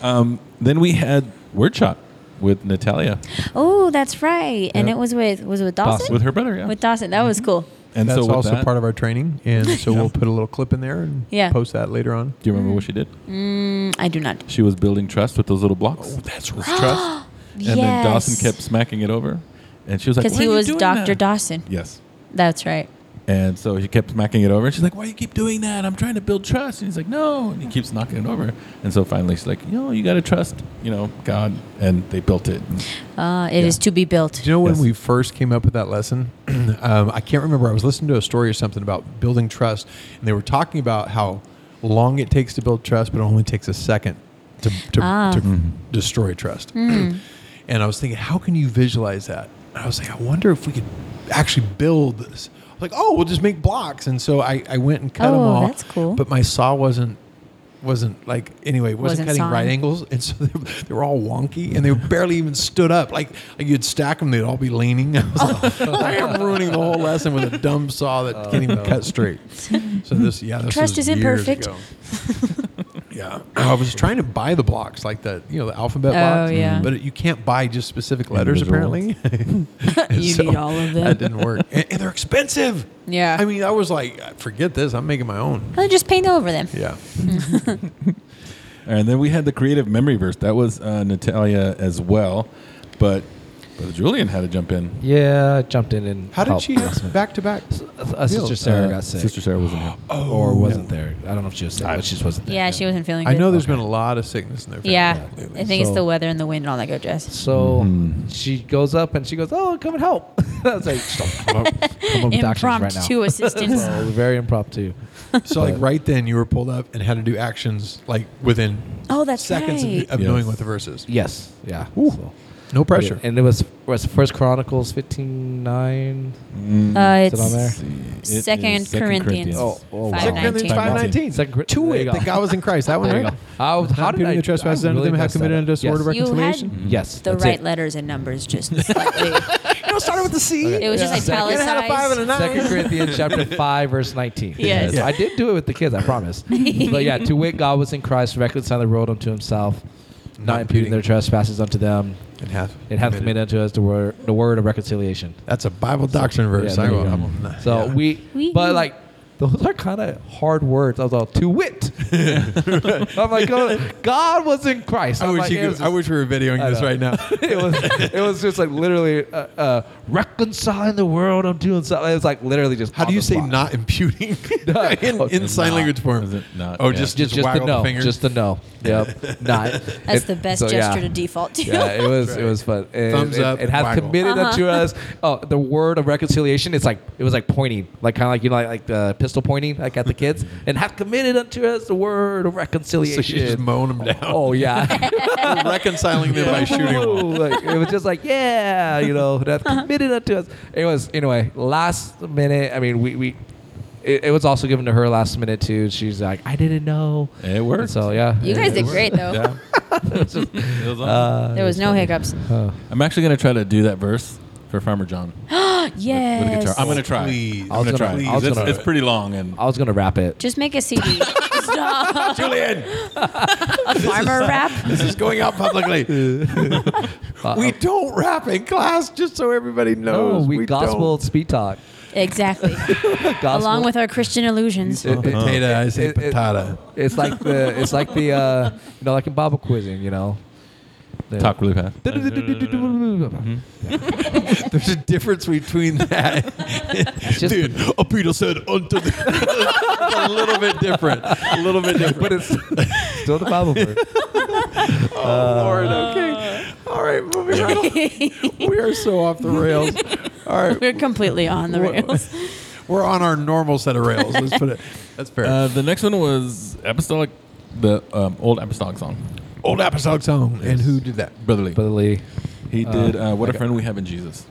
Um, then we had Word Shot with Natalia (laughs) Oh, that's right. And Yeah. it was with was it with Dawson? with her brother, yeah. With Dawson. That was cool. and That's so with also that, part of our training, and so (laughs) Yeah. we'll put a little clip in there and Yeah. post that later on. Do you remember what she did? Mm, I do not. (gasps) She was building trust with those little blocks. Oh, that's This trust. And then Dawson kept smacking it over, and she was like, because "Why he are you was doing Doctor that?" Dawson. Yes. That's right. And so he kept smacking it over. And she's like, Why you keep doing that? I'm trying to build trust. And he's like, No. And he keeps knocking it over. And so finally she's like, No, you got to trust, you know, God. And they built it. Uh, it is Yeah. to be built. Do you know when Yes. we first came up with that lesson? (clears throat) um, I can't remember. I was listening to a story or something about building trust, and they were talking about how long it takes to build trust, but it only takes a second to, to, Ah. Mm. to Mm-hmm. destroy trust. and I was thinking, how can you visualize that? And I was like, I wonder if we could actually build this. I was Like, oh, we'll just make blocks. And so I, I went and cut them Oh, all. that's cool. But my saw wasn't wasn't like anyway wasn't, Wasn't cutting right sawing. angles and so (laughs) they, they were all wonky and they barely even stood up like, like you'd stack them they'd all be leaning (laughs) I was Oh. like, I am ruining the whole lesson with a dumb saw that can't even cut straight (laughs) so this yeah this Trust was isn't years perfect. ago. (laughs) yeah I was trying to buy the blocks like the you know the alphabet Oh, blocks yeah. but you can't buy just specific letters Individual apparently (laughs) And (laughs) You so need all of them. that didn't work and, and they're expensive Yeah. I mean I was like forget this I'm making my own I'll Uh, just paint over them. yeah And then we had the creative memory verse. That was uh, Natalia as well. But Brother Julian had to jump in. Yeah, I jumped in and how did helped. she (laughs) back to back Uh, Sister Sarah Uh, got sick, Sister Sarah wasn't here. Oh, or wasn't there. I don't know if she was sick, but she just wasn't there. Yeah, she wasn't feeling good. I know there's been a lot of sickness in their family. Yeah, I think it's So- the weather and the wind and all that good jazz. So Mm-hmm. she goes up and she goes, "Oh, come and (laughs) help!" I was like, "Stop, "Come up, come up with actions right now." (laughs) Impromptu assistance. So very impromptu. So like But- right then you were pulled up and had to do actions like within Oh, that's seconds right. of, of Yes. knowing what the verse is. Yes. Yeah. Ooh. so- No pressure. And it was was First Chronicles fifteen nine. Uh, Is it on there? it's It is Second Corinthians. Oh, oh, wow. Five Second Corinthians nineteen. Five five nineteen. Second Cor- To there you it go. that God was in Christ. That one There you right. go. How, how did I? Imputing the trespasses I unto them, have messed that committed up. unto us a word of Yes. Mm-hmm. recon- You had Reconciliation? Yes, the that's right it. letters and numbers just (laughs) slightly. It started with the C. Okay. It was just Yeah. It had a five and a italicized. nine. Second (laughs) Corinthians chapter five verse nineteen. Yes. Yeah. I did do it with the kids. I (laughs) promise. but yeah, to wit, God was in Christ, reconciling the world unto Himself, not, Not imputing imputing. their trespasses unto them. It hath. It hath committed unto us the word, the word of reconciliation. That's a Bible doctrine verse. Yeah, I there will. you go. I'm- So yeah. we, Wee. but like, those are kind of hard words. I was all to (laughs) wit. I'm like, God, God was in Christ. I I'm wish, like, you it could, was I just- wish we were videoing I this know. right now. (laughs) it was. It was just like literally uh, uh, reconciling the world. I'm doing something. It was like literally just. How on do you the say spot. not (laughs) imputing (laughs) No. in, in sign Not. language form? Is it not? Oh, Yeah. just Just, just, just the waggle the no. finger. Just the no. (laughs) Yep. Not. That's It- the best so, yeah. gesture to default to. Yeah, (laughs) it was it right. was fun. It, Thumbs it, up, It hath waggle. committed unto Uh-huh. us. Oh, the word of reconciliation. It's like it was like pointing, like kind of like you know, like, like the pistol pointing, like at (laughs) the kids. and hath committed unto us the word of (laughs) so reconciliation. you just mowing them down. (laughs) oh yeah. You're reconciling them (laughs) (laughs) by shooting them. Ooh, like, it was just like yeah, you know, that Uh-huh. committed unto us. It was anyway. Last minute. I mean, we we. It, it was also given to her last minute too. She's like, I didn't know. It worked. And so yeah. You it- guys it did worked. great though. Yeah. Oh. (laughs) It was awesome. There was no hiccups. I'm actually gonna try to do that verse for Farmer John. yes. with a guitar. I'm gonna try. Please. I'm gonna I was try. gonna- I 'cause was It's, gonna- it's pretty long and I was gonna wrap it. Just make a CD. Stop. Julian, (laughs) A farmer rap. this is going out (laughs) publicly. we don't rap in class, just so everybody No, knows. Oh, we, we gospel speed talk. Exactly. Gospel. Along with our Christian illusions. Don't. Potato, I say It- it- patata. it's like the it's like the uh, you know like in Bible quizzing, you know. The- talk really fast. There's a difference between that. just- Dude, a Peter said unto the, (laughs) It's a little bit different. A little bit different. (laughs) but it's still the Bible (laughs) verse. Oh, Lord. Okay. All right. Moving right on. We are so off the rails. All right. (laughs) We're completely on the What- rails. We're on our normal set of rails. Let's put it. That's fair. Uh, the next one was apostolic, the um, old apostolic song, Old apostolic song. And who did that? brotherly. Brotherly. He did uh, "What a Friend We Have in Jesus,"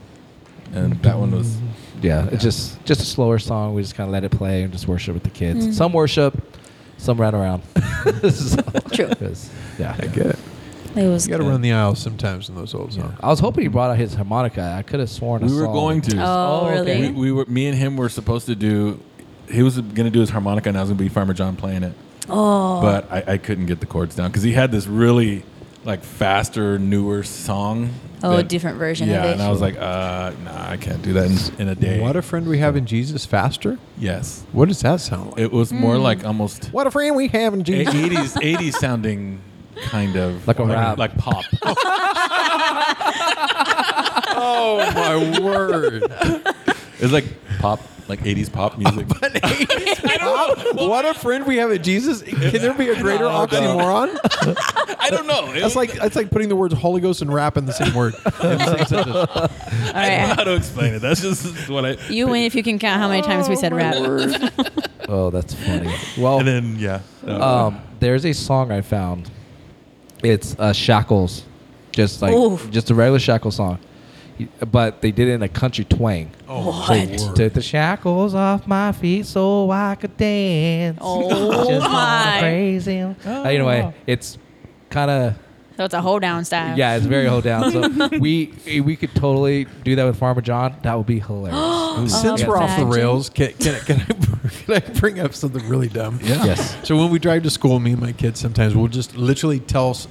and that one was Yeah, it's just just a slower song. We just kind of let it play and just worship with the kids. Mm. Some worship, some ran around. (laughs) So, True. it was- yeah. get it. It was. You got to run the aisles sometimes in those old songs. I was hoping he brought out his harmonica. I could have sworn I we were saw- going to. Oh, Oh, really? okay. We, we were me and him were supposed to do. He was gonna do his harmonica, and I was gonna be Farmer John playing it. oh. But I, I couldn't get the chords down because he had this really like faster, newer song. Oh, a that- different version Yeah, of it. and I was like, uh, nah, I can't do that in, in a day. What a friend we have in Jesus faster. yes, What does that sound like? it was Hmm. more (laughs) like almost What a friend we have in Jesus. eighties, eighties sounding kind of Like a rap. (laughs) like pop. Oh (laughs) my word! it's like pop, like eighties pop (laughs) music. what a friend we have in Jesus. Can there be a greater oxymoron? I don't know. It That's was- like that's like putting the words Holy Ghost and rap in the same word. (laughs) In the same sentence. All I don't know right. how to explain it. That's just (laughs) what I. You win if you can count how many times we (laughs) said rap. Oh, that's funny. Well, And then yeah, Uh, no. Um, there's a song I found. It's uh, Shackles, just like Oof. just a regular Shackles song, but they did it in a country twang. Oh, What? my word. Took the shackles off my feet so I could dance. Oh, (laughs) Just my. Crazy. Anyway, it's kind of So it's a hold down style. yeah, it's very hold down. (laughs) So we we could totally do that with Farmer John. That (gasps) would be hilarious. Since Oh, we're off the imagine. rails, can, can, I- can, I, (laughs) can I bring up something really dumb? yeah. yes. So when we drive to school, me and my kids sometimes will just literally tell, s-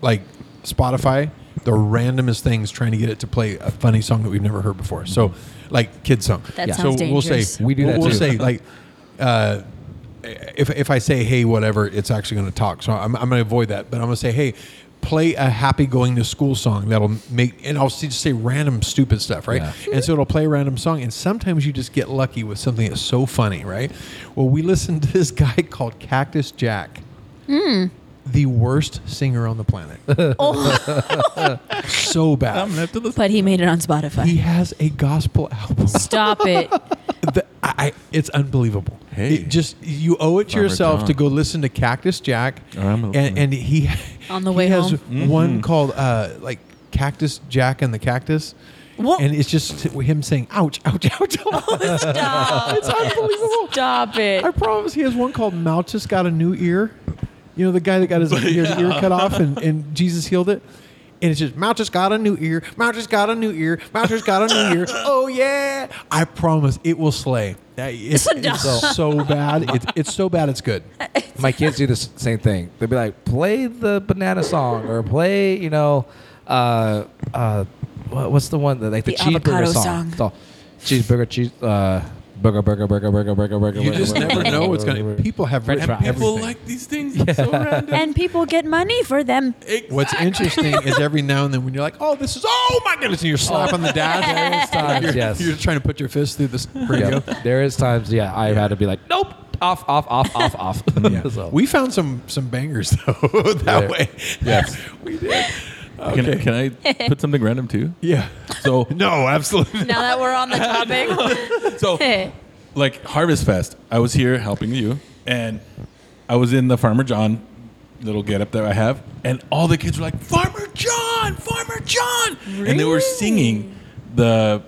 like, Spotify the randomest things, trying to get it to play a funny song that we've never heard before. So, like, kid song. That So sounds we'll dangerous. say We do we'll, that we'll too. say like, uh, if if I say hey whatever, it's actually going to talk. So I'm I'm going to avoid that, but I'm going to say hey. Play a happy going to school song that'll make, and I'll see, just say random stupid stuff, right? Yeah. And so it'll play a random song, and sometimes you just get lucky with something that's so funny, right? Well, we listened to this (laughs) guy called Cactus Jack, the worst singer on the planet. so I'm gonna bad. have to listen. But he made it on He Spotify. has a gospel album. Stop it. The, I, I, it's unbelievable. Hey. It just you owe it to Farmer yourself to John. go listen to Cactus Jack, All right, I'm gonna and, listen. and he (laughs) On the way he has home? one Mhm. called uh, like Cactus Jack and the Cactus, Whoa. and it's just him saying "ouch, ouch, ouch." (laughs) ouch." Stop. (laughs) It's unbelievable. Stop it. I promise he has one called Mouch just got a new ear. You know, the guy that got his, his ear cut off and, and Jesus healed it. And it's just Mouch just got a new ear. Mouch just got a new ear. Mouch just got a new ear. Oh yeah! I promise it will slay. That- It's, it's Stop. so bad. It's, it's so bad. It's good. my kids do the s- same thing. They'd be like, play the banana song or play, you know, uh, uh, what, what's the one that like the, The cheeseburger avocado song? song. It's all cheeseburger, cheese, uh, burger, burger, burger, burger, burger, burger. You burger, just burger, never burger, know burger, what's burger, gonna- burger. (laughs) people have French written fry. People everything. like these (laughs) things. It's so random. and people get money for them. Exactly. What's interesting is every now and then when you're like, "Oh, this is oh my goodness," and you're slapping the dash. times, you're, yes. you're trying to put your fist through the s- radio. Yeah. There is times, yeah, I've had to be like, nope, off, off, off, off, (laughs) off. (laughs) So- We found some some bangers (laughs) though that Yeah. way. Yes. (laughs) we did. Can, I- can (laughs) I put something random too? Yeah. (laughs) So No, absolutely. Now that we're (laughs) on the topic. so like Harvest Fest, I was here helping you, and I was in the Farmer John little getup that I have, and all the kids were like, "Farmer John, Farmer John," and they were singing (gasps) the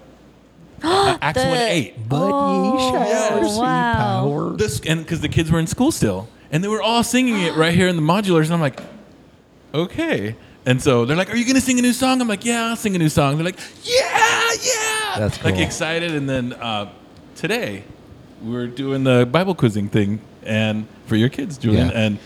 uh, Act The- One Eight. But ye shall Yes. receive Oh, wow. power. This and because the kids were in school still, and they were all singing it right here in the modulars, and I'm like, okay. And so they're like, "Are you gonna sing a new song?" I'm like, "Yeah, I'll sing a new song." They're like, "Yeah, yeah!" That's like cool. excited. And then uh, today we were doing the Bible quizzing thing, and for your kids, Julian, Yeah. and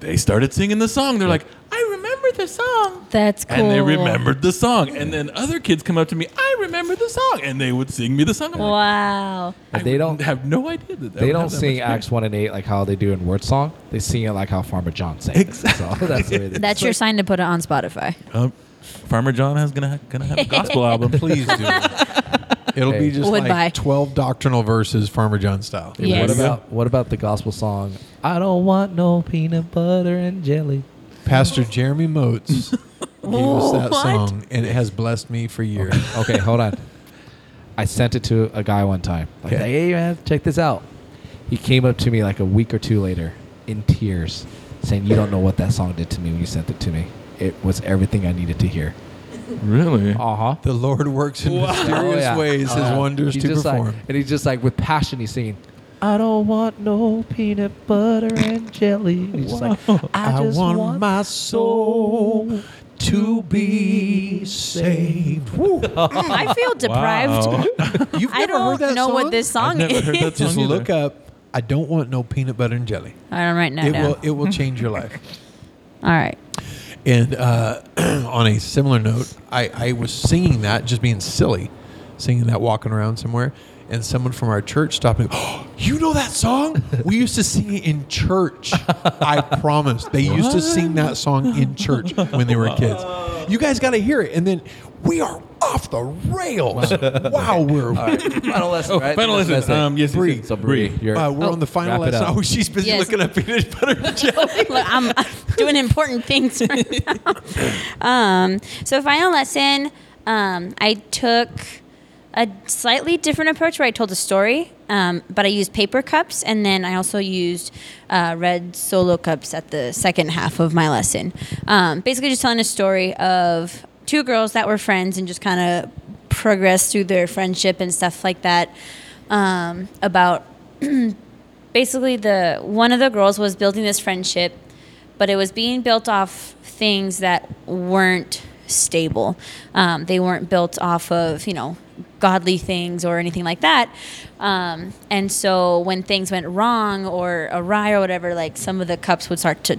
they started singing the song. They're like, "I remember the song." That's cool. And they remembered the song, and then other kids come up to me. I remember the song, and they would sing me the song. I'm like, Wow. And they don't have no idea that that They would don't have that sing much meaning. Acts one and eight like how they do in Word Song. They sing it like how Farmer John sang. Exactly. So (laughs) that's the way they That's your sign to put it on Spotify. Um, Farmer John has gonna gonna (laughs) have a gospel album. Please do. It'll Hey. be just Would like buy. 12 doctrinal verses, Farmer John style. Yeah. Yes. What about what about the gospel song? I don't want no peanut butter and jelly. Pastor Jeremy (laughs) Moats gave us that What? song, and it has blessed me for (laughs) years. Okay, hold on. I sent it to a guy one time. Like, Okay. hey man, check this out. He came up to me like a week or two later in tears, saying, "You don't know what that song did to me when you sent it to me. It was everything I needed to hear." Really? Uh huh. The Lord works in mysterious Oh, yeah. ways, his Uh, wonders he's to just like- perform. and he's just like with passion, he's singing, "I don't want no peanut butter and jelly." And he's just like, "I, I just want, want, my soul to be saved. Woo. Oh, I feel (laughs) deprived. (laughs) You've I don't know what this song I've never is. heard that Just song either. look up. I don't want no peanut butter and jelly. (laughs) All right, I'm writing that it down. will it (laughs) will change your life. All right. And uh, (clears throat) on a similar note, I, I was singing that, just being silly, singing that walking around somewhere, and someone from our church stopped me. (gasps) Oh, you know that song? We used to sing it in (laughs) church. I promise. They used to sing that song in church when they were kids. You guys got to hear it. And then we are off the (laughs) rails. Wow, we're (laughs) Final lesson, right? Final That's what lesson. I said. Um, yes, yes, Bree. yes. so Bree, you're uh, we're Oh, on the final wrap it lesson. up. Oh, she's busy Yes. looking at (laughs) peanut butter and jelly. (laughs) Look, I'm, I'm doing important things right now. Um, so final lesson, um, I took a slightly different approach where I told a story, um, but I used paper cups, and then I also used uh, red solo cups at the second half of my lesson. Um, basically, just telling a story of two girls that were friends and just kind of progressed through their friendship and stuff like that. Um, about basically the one of the girls was building this friendship but it was being built off things that weren't stable um, they weren't built off of you know godly things or anything like that um, and so when things went wrong or awry or whatever like some of the cups would start to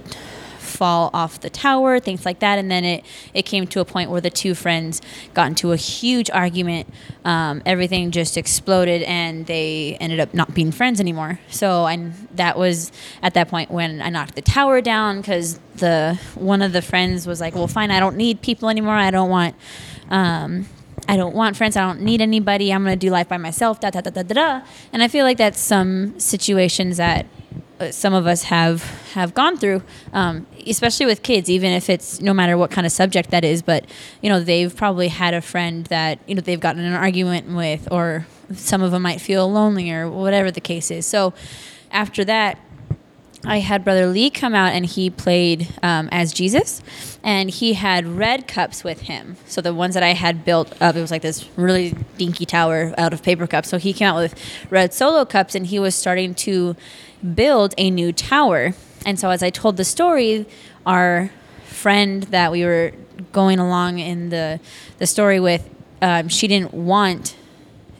fall off the tower, things like that. And then it, it came to a point where the two friends got into a huge argument. Um, everything just exploded and they ended up not being friends anymore. So and that was at that point when I knocked the tower down because the one of the friends was like, well, fine, I don't need people anymore. I don't want um, I don't want friends. I don't need anybody. I'm gonna do life by myself. Da da da da da. da. And I feel like that's some situations that uh, some of us have have gone through, um, especially with kids. Even if it's no matter what kind of subject that is, but you know they've probably had a friend that you know they've gotten in an argument with or some of them might feel lonely or whatever the case is. So after that, I had Brother Lee come out and he played um, as Jesus, and he had red cups with him. So the ones that I had built up, it was like this really dinky tower out of paper cups. So he came out with red solo cups, and he was starting to build a new tower. And so as I told the story, our friend that we were going along in the the story with, um, she didn't want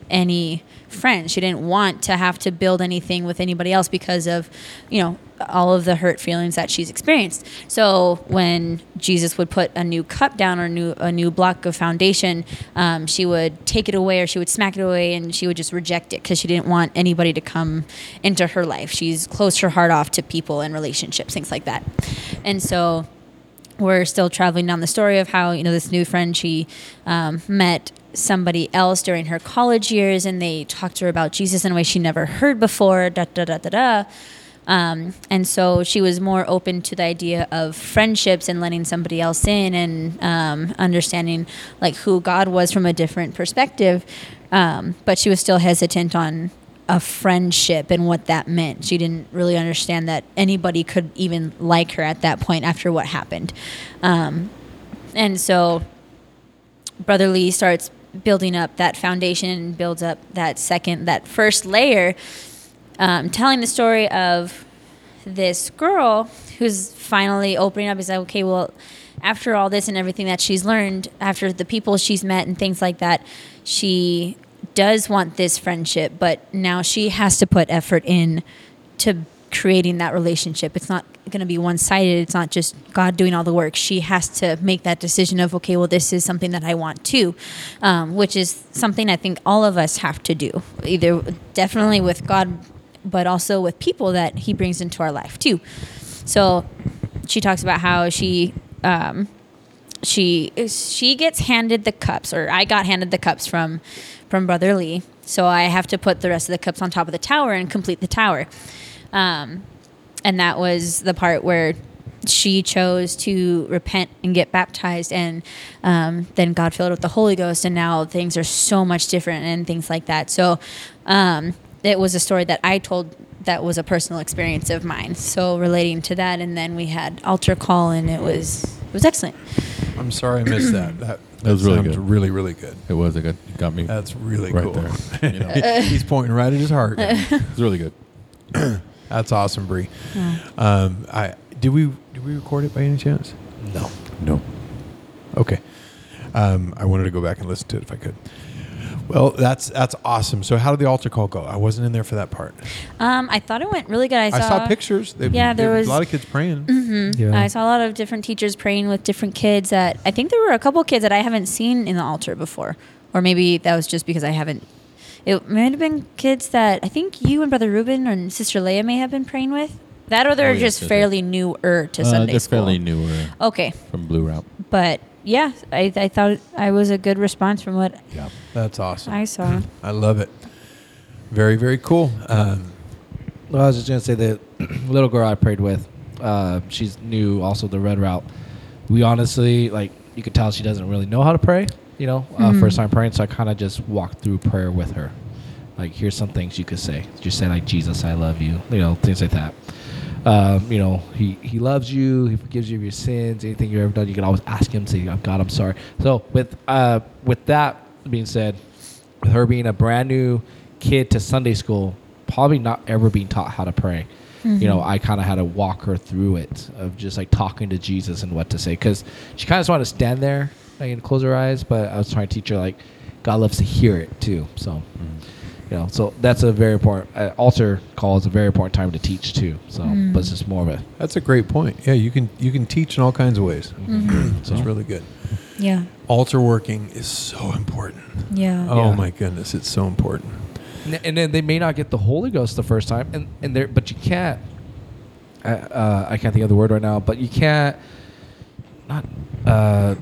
any friends. She didn't want to have to build anything with anybody else because of, you know, all of the hurt feelings that she's experienced. So when Jesus would put a new cup down or a new a new block of foundation, um, she would take it away or she would smack it away and she would just reject it because she didn't want anybody to come into her life. She's closed her heart off to people and relationships, things like that. And so we're still traveling down the story of how you know this new friend she um, met somebody else during her college years and they talked to her about jesus in a way she never heard before da da da da da um, and so she was more open to the idea of friendships and letting somebody else in and um, understanding like who god was from a different perspective um, but she was still hesitant on a friendship and what that meant. She didn't really understand that anybody could even like her at that point after what happened. Um, and so Brother Lee starts building up that foundation, builds up that second, that first layer, um, telling the story of this girl who's finally opening up. He's like, okay, well, after all this and everything that she's learned, after the people she's met and things like that, she does want this friendship, but now she has to put effort in to creating that relationship. It's not going to be one sided. It's not just God doing all the work. She has to make that decision of, okay, well, this is something that I want too, um, which is something I think all of us have to do, either definitely with God, but also with people that He brings into our life too. So she talks about how she. Um, she she gets handed the cups or I got handed the cups from from Brother Lee. So I have to put the rest of the cups on top of the tower and complete the tower. Um, and that was the part where she chose to repent and get baptized, and um, then God filled her with the Holy Ghost, and now things are so much different and things like that. So um, it was a story that I told that was a personal experience of mine. So relating to that, and then we had altar call, and it was it was excellent. I'm sorry I missed that. That, That was really sounds good. Really, really good. It was a good. It got me. That's really right cool. (laughs) there. You know, He's pointing right at his heart. (laughs) it's really good. That's awesome, Bree. Um, I did we did we record it by any chance? No. No. Okay. Um, I wanted to go back and listen to it if I could. Well, that's that's awesome. So how did the altar call go? I wasn't in there for that part. Um, I thought it went really good. I I saw, saw pictures. They, yeah, there they- was- a lot of kids praying. (clears throat) Yeah. Mm-hmm. I saw a lot of different teachers praying with different kids that I think there were a couple kids that I haven't seen in the altar before. Or maybe that was just because I haven't. It might have been kids that I think you and Brother Ruben and Sister Leia may have been praying with. That or they're Oh, yes, just they do. fairly newer to Uh, Sunday they're school. fairly newer Okay. from Blue Route. But yeah, I, I thought I was a good response from what Yeah. That's awesome. (laughs) I saw. I love it. Very very cool. Um, Well, I was just gonna say (clears throat) the little girl I prayed with, uh, she's new, also the red route. We honestly like you could tell she doesn't really know how to pray. You know, uh, first time praying, so I kind of just walked through prayer with her. Like, here's some things you could say. Just say like, Jesus, I love you. You know, things like that. Um, you know, he, he loves you. He forgives you of your sins. Anything you've ever done, you can always ask him. Say, God, I'm sorry. So with uh, with that being said, with her being a brand new kid to Sunday school, probably not ever being taught how to pray. You know, I kind of had to walk her through it of just like talking to Jesus and what to say because she kind of just wanted to stand there like, and close her eyes, but I was trying to teach her like God loves to hear it too. So, you know, so that's a very important uh, altar call is a very important time to teach too. So, but it's just more of a that's a great point. Yeah, you can you can teach in all kinds of ways. Mm-hmm. so it's really good. Yeah. Altar working is so important. Yeah. Oh Yeah. my goodness, it's so important. N- and then they may not get the Holy Ghost the first time, and and there, but you can't. I, uh, I can't think of the word right now, but you can't not uh,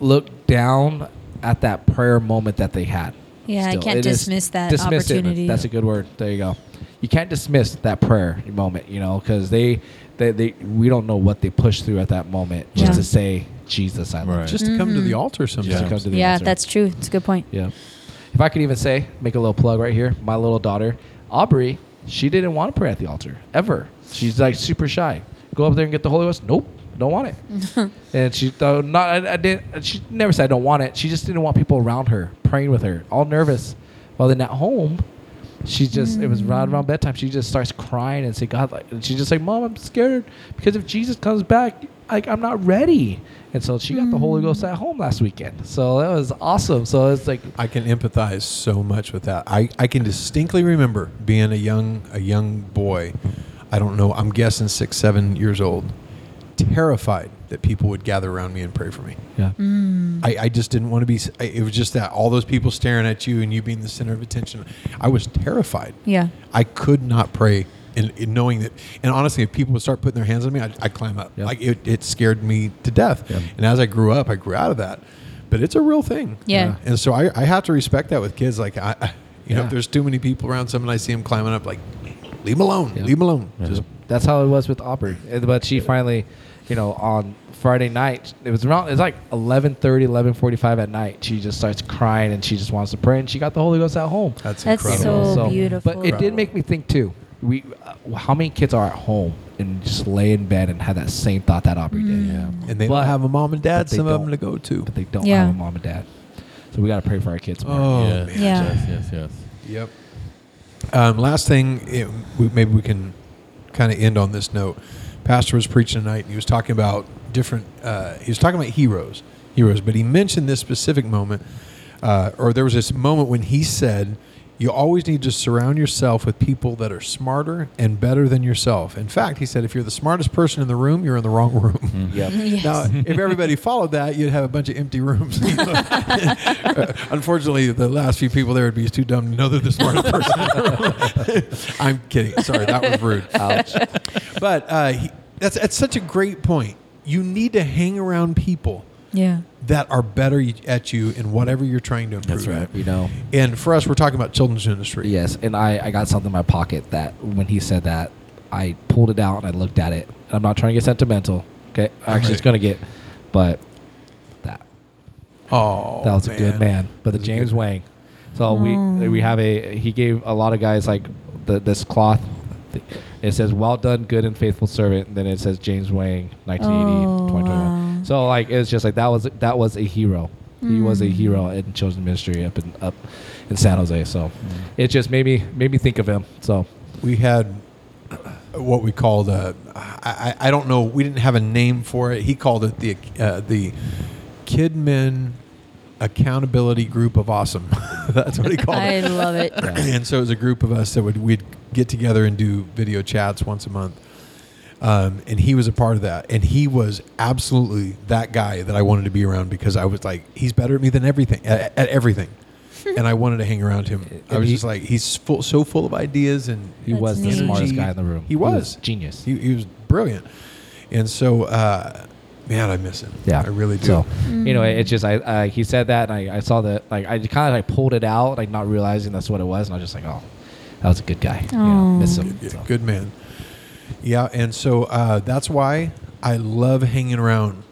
look down at that prayer moment that they had. Yeah, I can't It is- dismiss that dismiss it. opportunity. That's a good word. There you go. You can't dismiss that prayer moment, you know, because they, they, they, we don't know what they pushed through at that moment just Yeah. to say, "Jesus, I love." Right. you." Just to come to the altar Just to sometimes. come to the yeah, altar. that's true. It's a good point. Yeah. if I could even say, make a little plug right here, my little daughter, Aubrey, she didn't want to pray at the altar ever. She's like super shy. Go up there and get the Holy Ghost. Nope, don't want it. and she thought, not, I, I didn't, she never said, I don't want it. She just didn't want people around her praying with her, all nervous. Well, then at home, she just it was right around bedtime. She just starts crying and say, "God," like and she's just like, "Mom, I'm scared because if Jesus comes back, like I'm not ready." And so she got the Holy Ghost at home last weekend. So that was awesome. So it's like I can empathize so much with that. I, I can distinctly remember being a young a young boy. I don't know. I'm guessing six seven years old, terrified that people would gather around me and pray for me. yeah, I, I just didn't want to be. s- I- It was just that all those people staring at you and you being the center of attention. I was terrified. Yeah. I could not pray, and, and knowing that, and honestly, if people would start putting their hands on me, I'd, I'd climb up. Yeah. Like it, it scared me to death. Yeah. And as I grew up, I grew out of that. But it's a real thing. Yeah. And so I, I have to respect that with kids. Like I, I you know, Yeah. if there's too many people around, someone I see them climbing up, like leave them alone, Yeah. leave them alone. Just that's how it was with Aubrey. And- But she finally, you know, on Friday night, it was around it's like 11:30, 11:45 at night. She just starts crying and she just wants to pray, and she got the Holy Ghost at home. that's, That's incredible. So But it beautiful. did make me think too. We, uh, how many kids are at home and just lay in bed and have that same thought that Aubrey did? Yeah, and they don't have a mom and dad. but they Some of them don't. to go to. but they don't Mm-hmm. Yeah. have a mom and dad. So we gotta pray for our kids. more. Oh yes, man. Yeah. yes, yes, yes. Yep. Um, last thing, it, we, maybe we can kind of end on this note. Pastor was preaching tonight, and he was talking about different. Uh, he was talking about heroes, heroes, but he mentioned this specific moment, uh, or there was this moment when he said, "You always need to surround yourself with people that are smarter and better than yourself." In fact, he said, "If you're the smartest person in the room, you're in the wrong room." Yep. Yes. Now, if everybody followed that, you'd have a bunch of empty (laughs) rooms. Unfortunately, the last few people there would be too dumb to know they're the (laughs) smartest person. in the room. I'm kidding. Sorry, that was rude. Uh, But uh, he, that's that's such a great point. You need to hang around people yeah. that are better y- at you in whatever you're trying to improve. That's right. You know. And for us, we're talking about children's ministry. Yes, and I, I got something in my pocket that when he said that, I pulled it out and I looked at it. I'm not trying to get sentimental. Okay, actually, it's Right. gonna get, but that Oh, that was a good man. But the That was a James good- Wang. So we Mm. we have a he gave a lot of guys like the, this cloth. It says "Well done, good and faithful servant." And then it says James Wang, 1980, Oh, 2021. wow. So like it's just like that was that was a hero. He was Mm. a hero in children's ministry up in up in San Jose. So it just made me made me think of him. So we had what we called a, I, I I don't know we didn't have a name for it he called it the uh, the kidmen accountability group of awesome (laughs) that's what he called I it love it. and so it was a group of us that would we'd get together and do video chats once a month um, and he was a part of that and he was absolutely that guy that i wanted to be around because i was like he's better at me than everything at, at (laughs) everything and i wanted to hang around him i And was he- just like he's full, so full of ideas and he That's was the neat. smartest Energy. guy in the room. He was. genius. he, he was brilliant. And so, uh, man, I miss him. Yeah, I really do. So, Mm-hmm. you know, it, it just I, I he said that, and I, I saw that, like I kind of like pulled it out, like not realizing that's what it was, and I was just like, oh, that was a good guy. You know, Aw. miss him. Yeah, so. Good man. Yeah, and so uh, that's why I love hanging around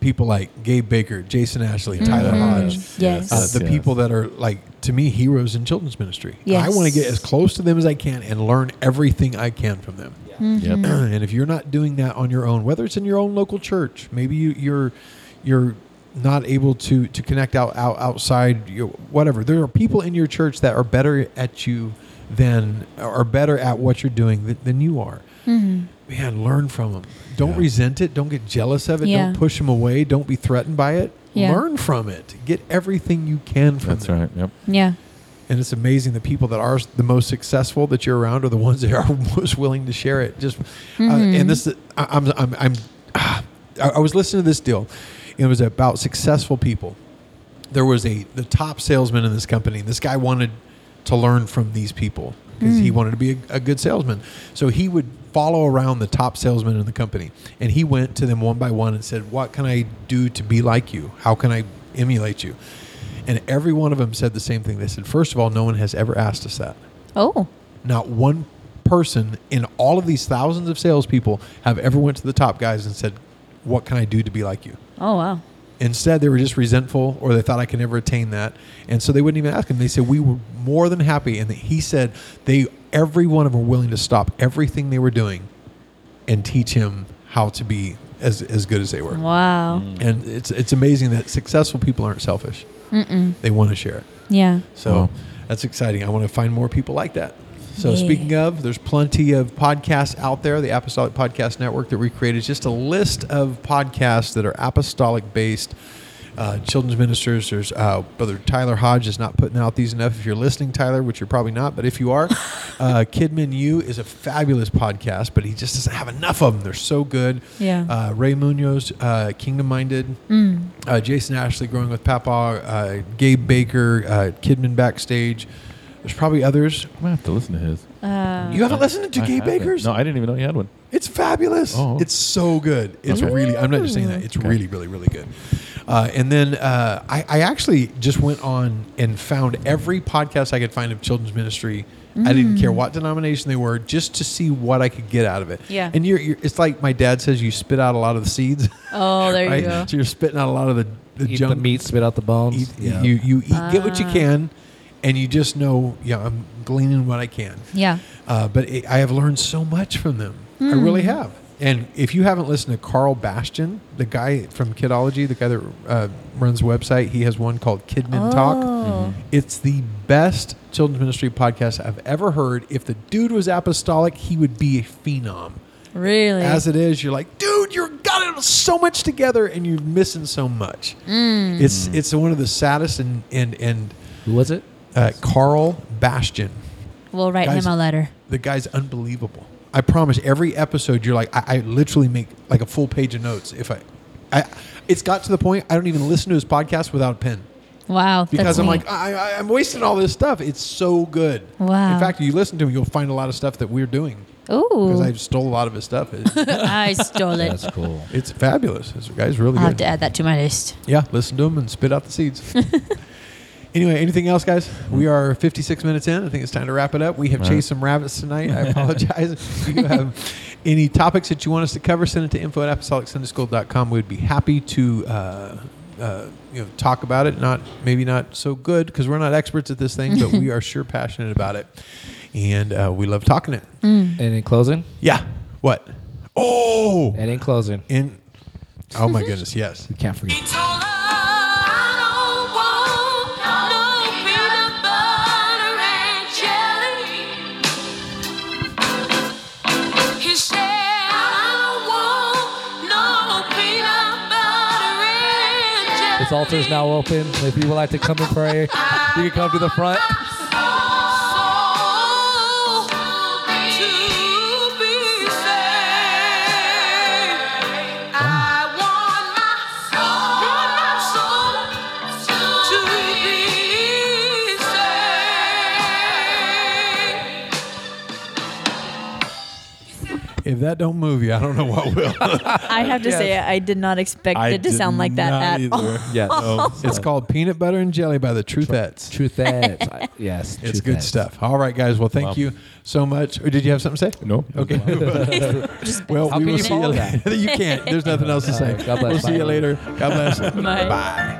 people like Gabe Baker, Jason Ashley, Tyler Mhm. Hodge. Yes. Uh, the Yes. people that are like to me heroes in children's ministry. I Yes. want to get as close to them as I can and learn everything I can from them. Mm-hmm. (clears throat) Yep. and if you're not doing that on your own, whether it's in your own local church, maybe you, you're you're not able to to connect out, out outside your, whatever. There are people in your church that are better at you than are better at what you're doing than, than you are. Mm-hmm. Man, learn from them. Don't Yeah. resent it. Don't get jealous of it. Yeah. Don't push them away. Don't be threatened by it. Yeah. Learn from it. Get everything you can from That's it. right. Yep. Yeah. And it's amazing the people that are the most successful that you're around are the ones that are (laughs) most willing to share it. Just uh, and this, I, I'm, I'm, I'm (sighs) ah, I, I was listening to this deal. It was about successful people. There was a the top salesman in this company. And this guy wanted to learn from these people because he wanted to be a, a good salesman. So he would follow around the top salesman in the company, and he went to them one by one and said, "What can I do to be like you? How can I emulate you?" And every one of them said the same thing. They said, first of all, no one has ever asked us that. Oh. Not one person in all of these thousands of salespeople have ever went to the top guys and said, "What can I do to be like you?" Oh wow. Instead, they were just resentful, or they thought I could never attain that, and so they wouldn't even ask him. They said we were more than happy, and he said they every one of them were willing to stop everything they were doing and teach him how to be as as good as they Mm-hmm. were. Wow. And it's it's amazing that successful people aren't selfish; Mm-mm. they want to share it. Yeah. So Wow. that's exciting. I want to find more people like that. So Yeah. speaking of, there's plenty of podcasts out there. The Apostolic Podcast Network that we created is just a list of podcasts that are apostolic based. Uh, children's ministers. There's uh, brother Tyler Hodge is not putting out these enough. If you're listening, Tyler, which you're probably not, but if you are, uh, Kidman U is a fabulous podcast, but he just doesn't have enough of them. They're so good. Yeah. Uh, Ray Munoz, uh, Kingdom Minded, Mm. uh, Jason Ashley growing with Papa, uh, Gabe Baker, uh, Kidman backstage. There's probably others. I'm gonna have to listen to his. Uh, You haven't listened to I Gabe haven't. Baker's? No, I didn't even know he had one. It's fabulous. Oh. It's so good. It's Okay. really. I'm not just saying that. It's really, really, really good. Uh, and then uh, I, I actually just went on and found every podcast I could find of children's ministry. I Mm. didn't care what denomination they were, just to see what I could get out of it. Yeah. And you're, you're it's like my dad says, you spit out a lot of the seeds. (laughs) oh, there right? you go. So you're spitting out a lot of the, the Eat junk the meat, spit out the bones. eat, you you eat, get what you Ah. can, and you just know, yeah, I'm gleaning what I can. Yeah. Uh, but it, I have learned so much from them. I Hmm. really have. And if you haven't listened to Carl Bastian, the guy from Kidology, the guy that uh, runs the website, he has one called Kidman Talk. Oh. It's the best children's ministry podcast I've ever heard. If the dude was apostolic, he would be a phenom. Really? As it is, you're like, dude, you're got it so much together, and you're missing so much. Mm. It's it's one of the saddest and and and Who was it? uh, Carl Bastian. we'll write Guys- him a letter. The guy's unbelievable. I promise. Every episode, you're like, I, I literally make like a full page of notes. If I, I, it's got to the point I don't even listen to his podcast without a pen Wow. because that's I'm neat. like, I, I, I'm wasting all this stuff. It's so good. Wow. In fact, you listen to him, you'll find a lot of stuff that we're doing oh, because ooh, I I, stole a lot of his stuff. It- (laughs) stole it. That's cool. it's fabulous. This guy's really I'll have good. to add that to my list. Yeah, listen to them and spit out the seeds. anyway, anything else, guys? We are 56 minutes in. I think it's time to wrap it up. We have chased some rabbits tonight. (laughs) I apologize. if you have any topics that you want us to cover, send it to info at apostolicsundaychool.com. We'd be happy to. Uh, uh, you know, talk about it. Not maybe not so good because we're not experts at this thing, but we are sure passionate about it, and uh, we love talking it. And in closing, Yeah. What? Oh. and in closing, And oh my goodness, yes. we can't forget. This altar is now open. If you would like to come and pray, you can come to the front. If that don't move you, I don't know (laughs) what will. I have to say, I did not expect I it to did sound like that not at either. (laughs) all. (laughs) Yes. Oh, It's called Peanut Butter and Jelly by the Truthettes. Truth (laughs) that. Yes. It's truth good that. stuff. All right, guys. Well, thank Wow. you so much. Or did you have something to say? no. (laughs) Okay. well, How we can will you see you follow (laughs) later. you can't. There's nothing else to say. All right, God bless. We'll see you Bye. later. God bless. Bye. Bye.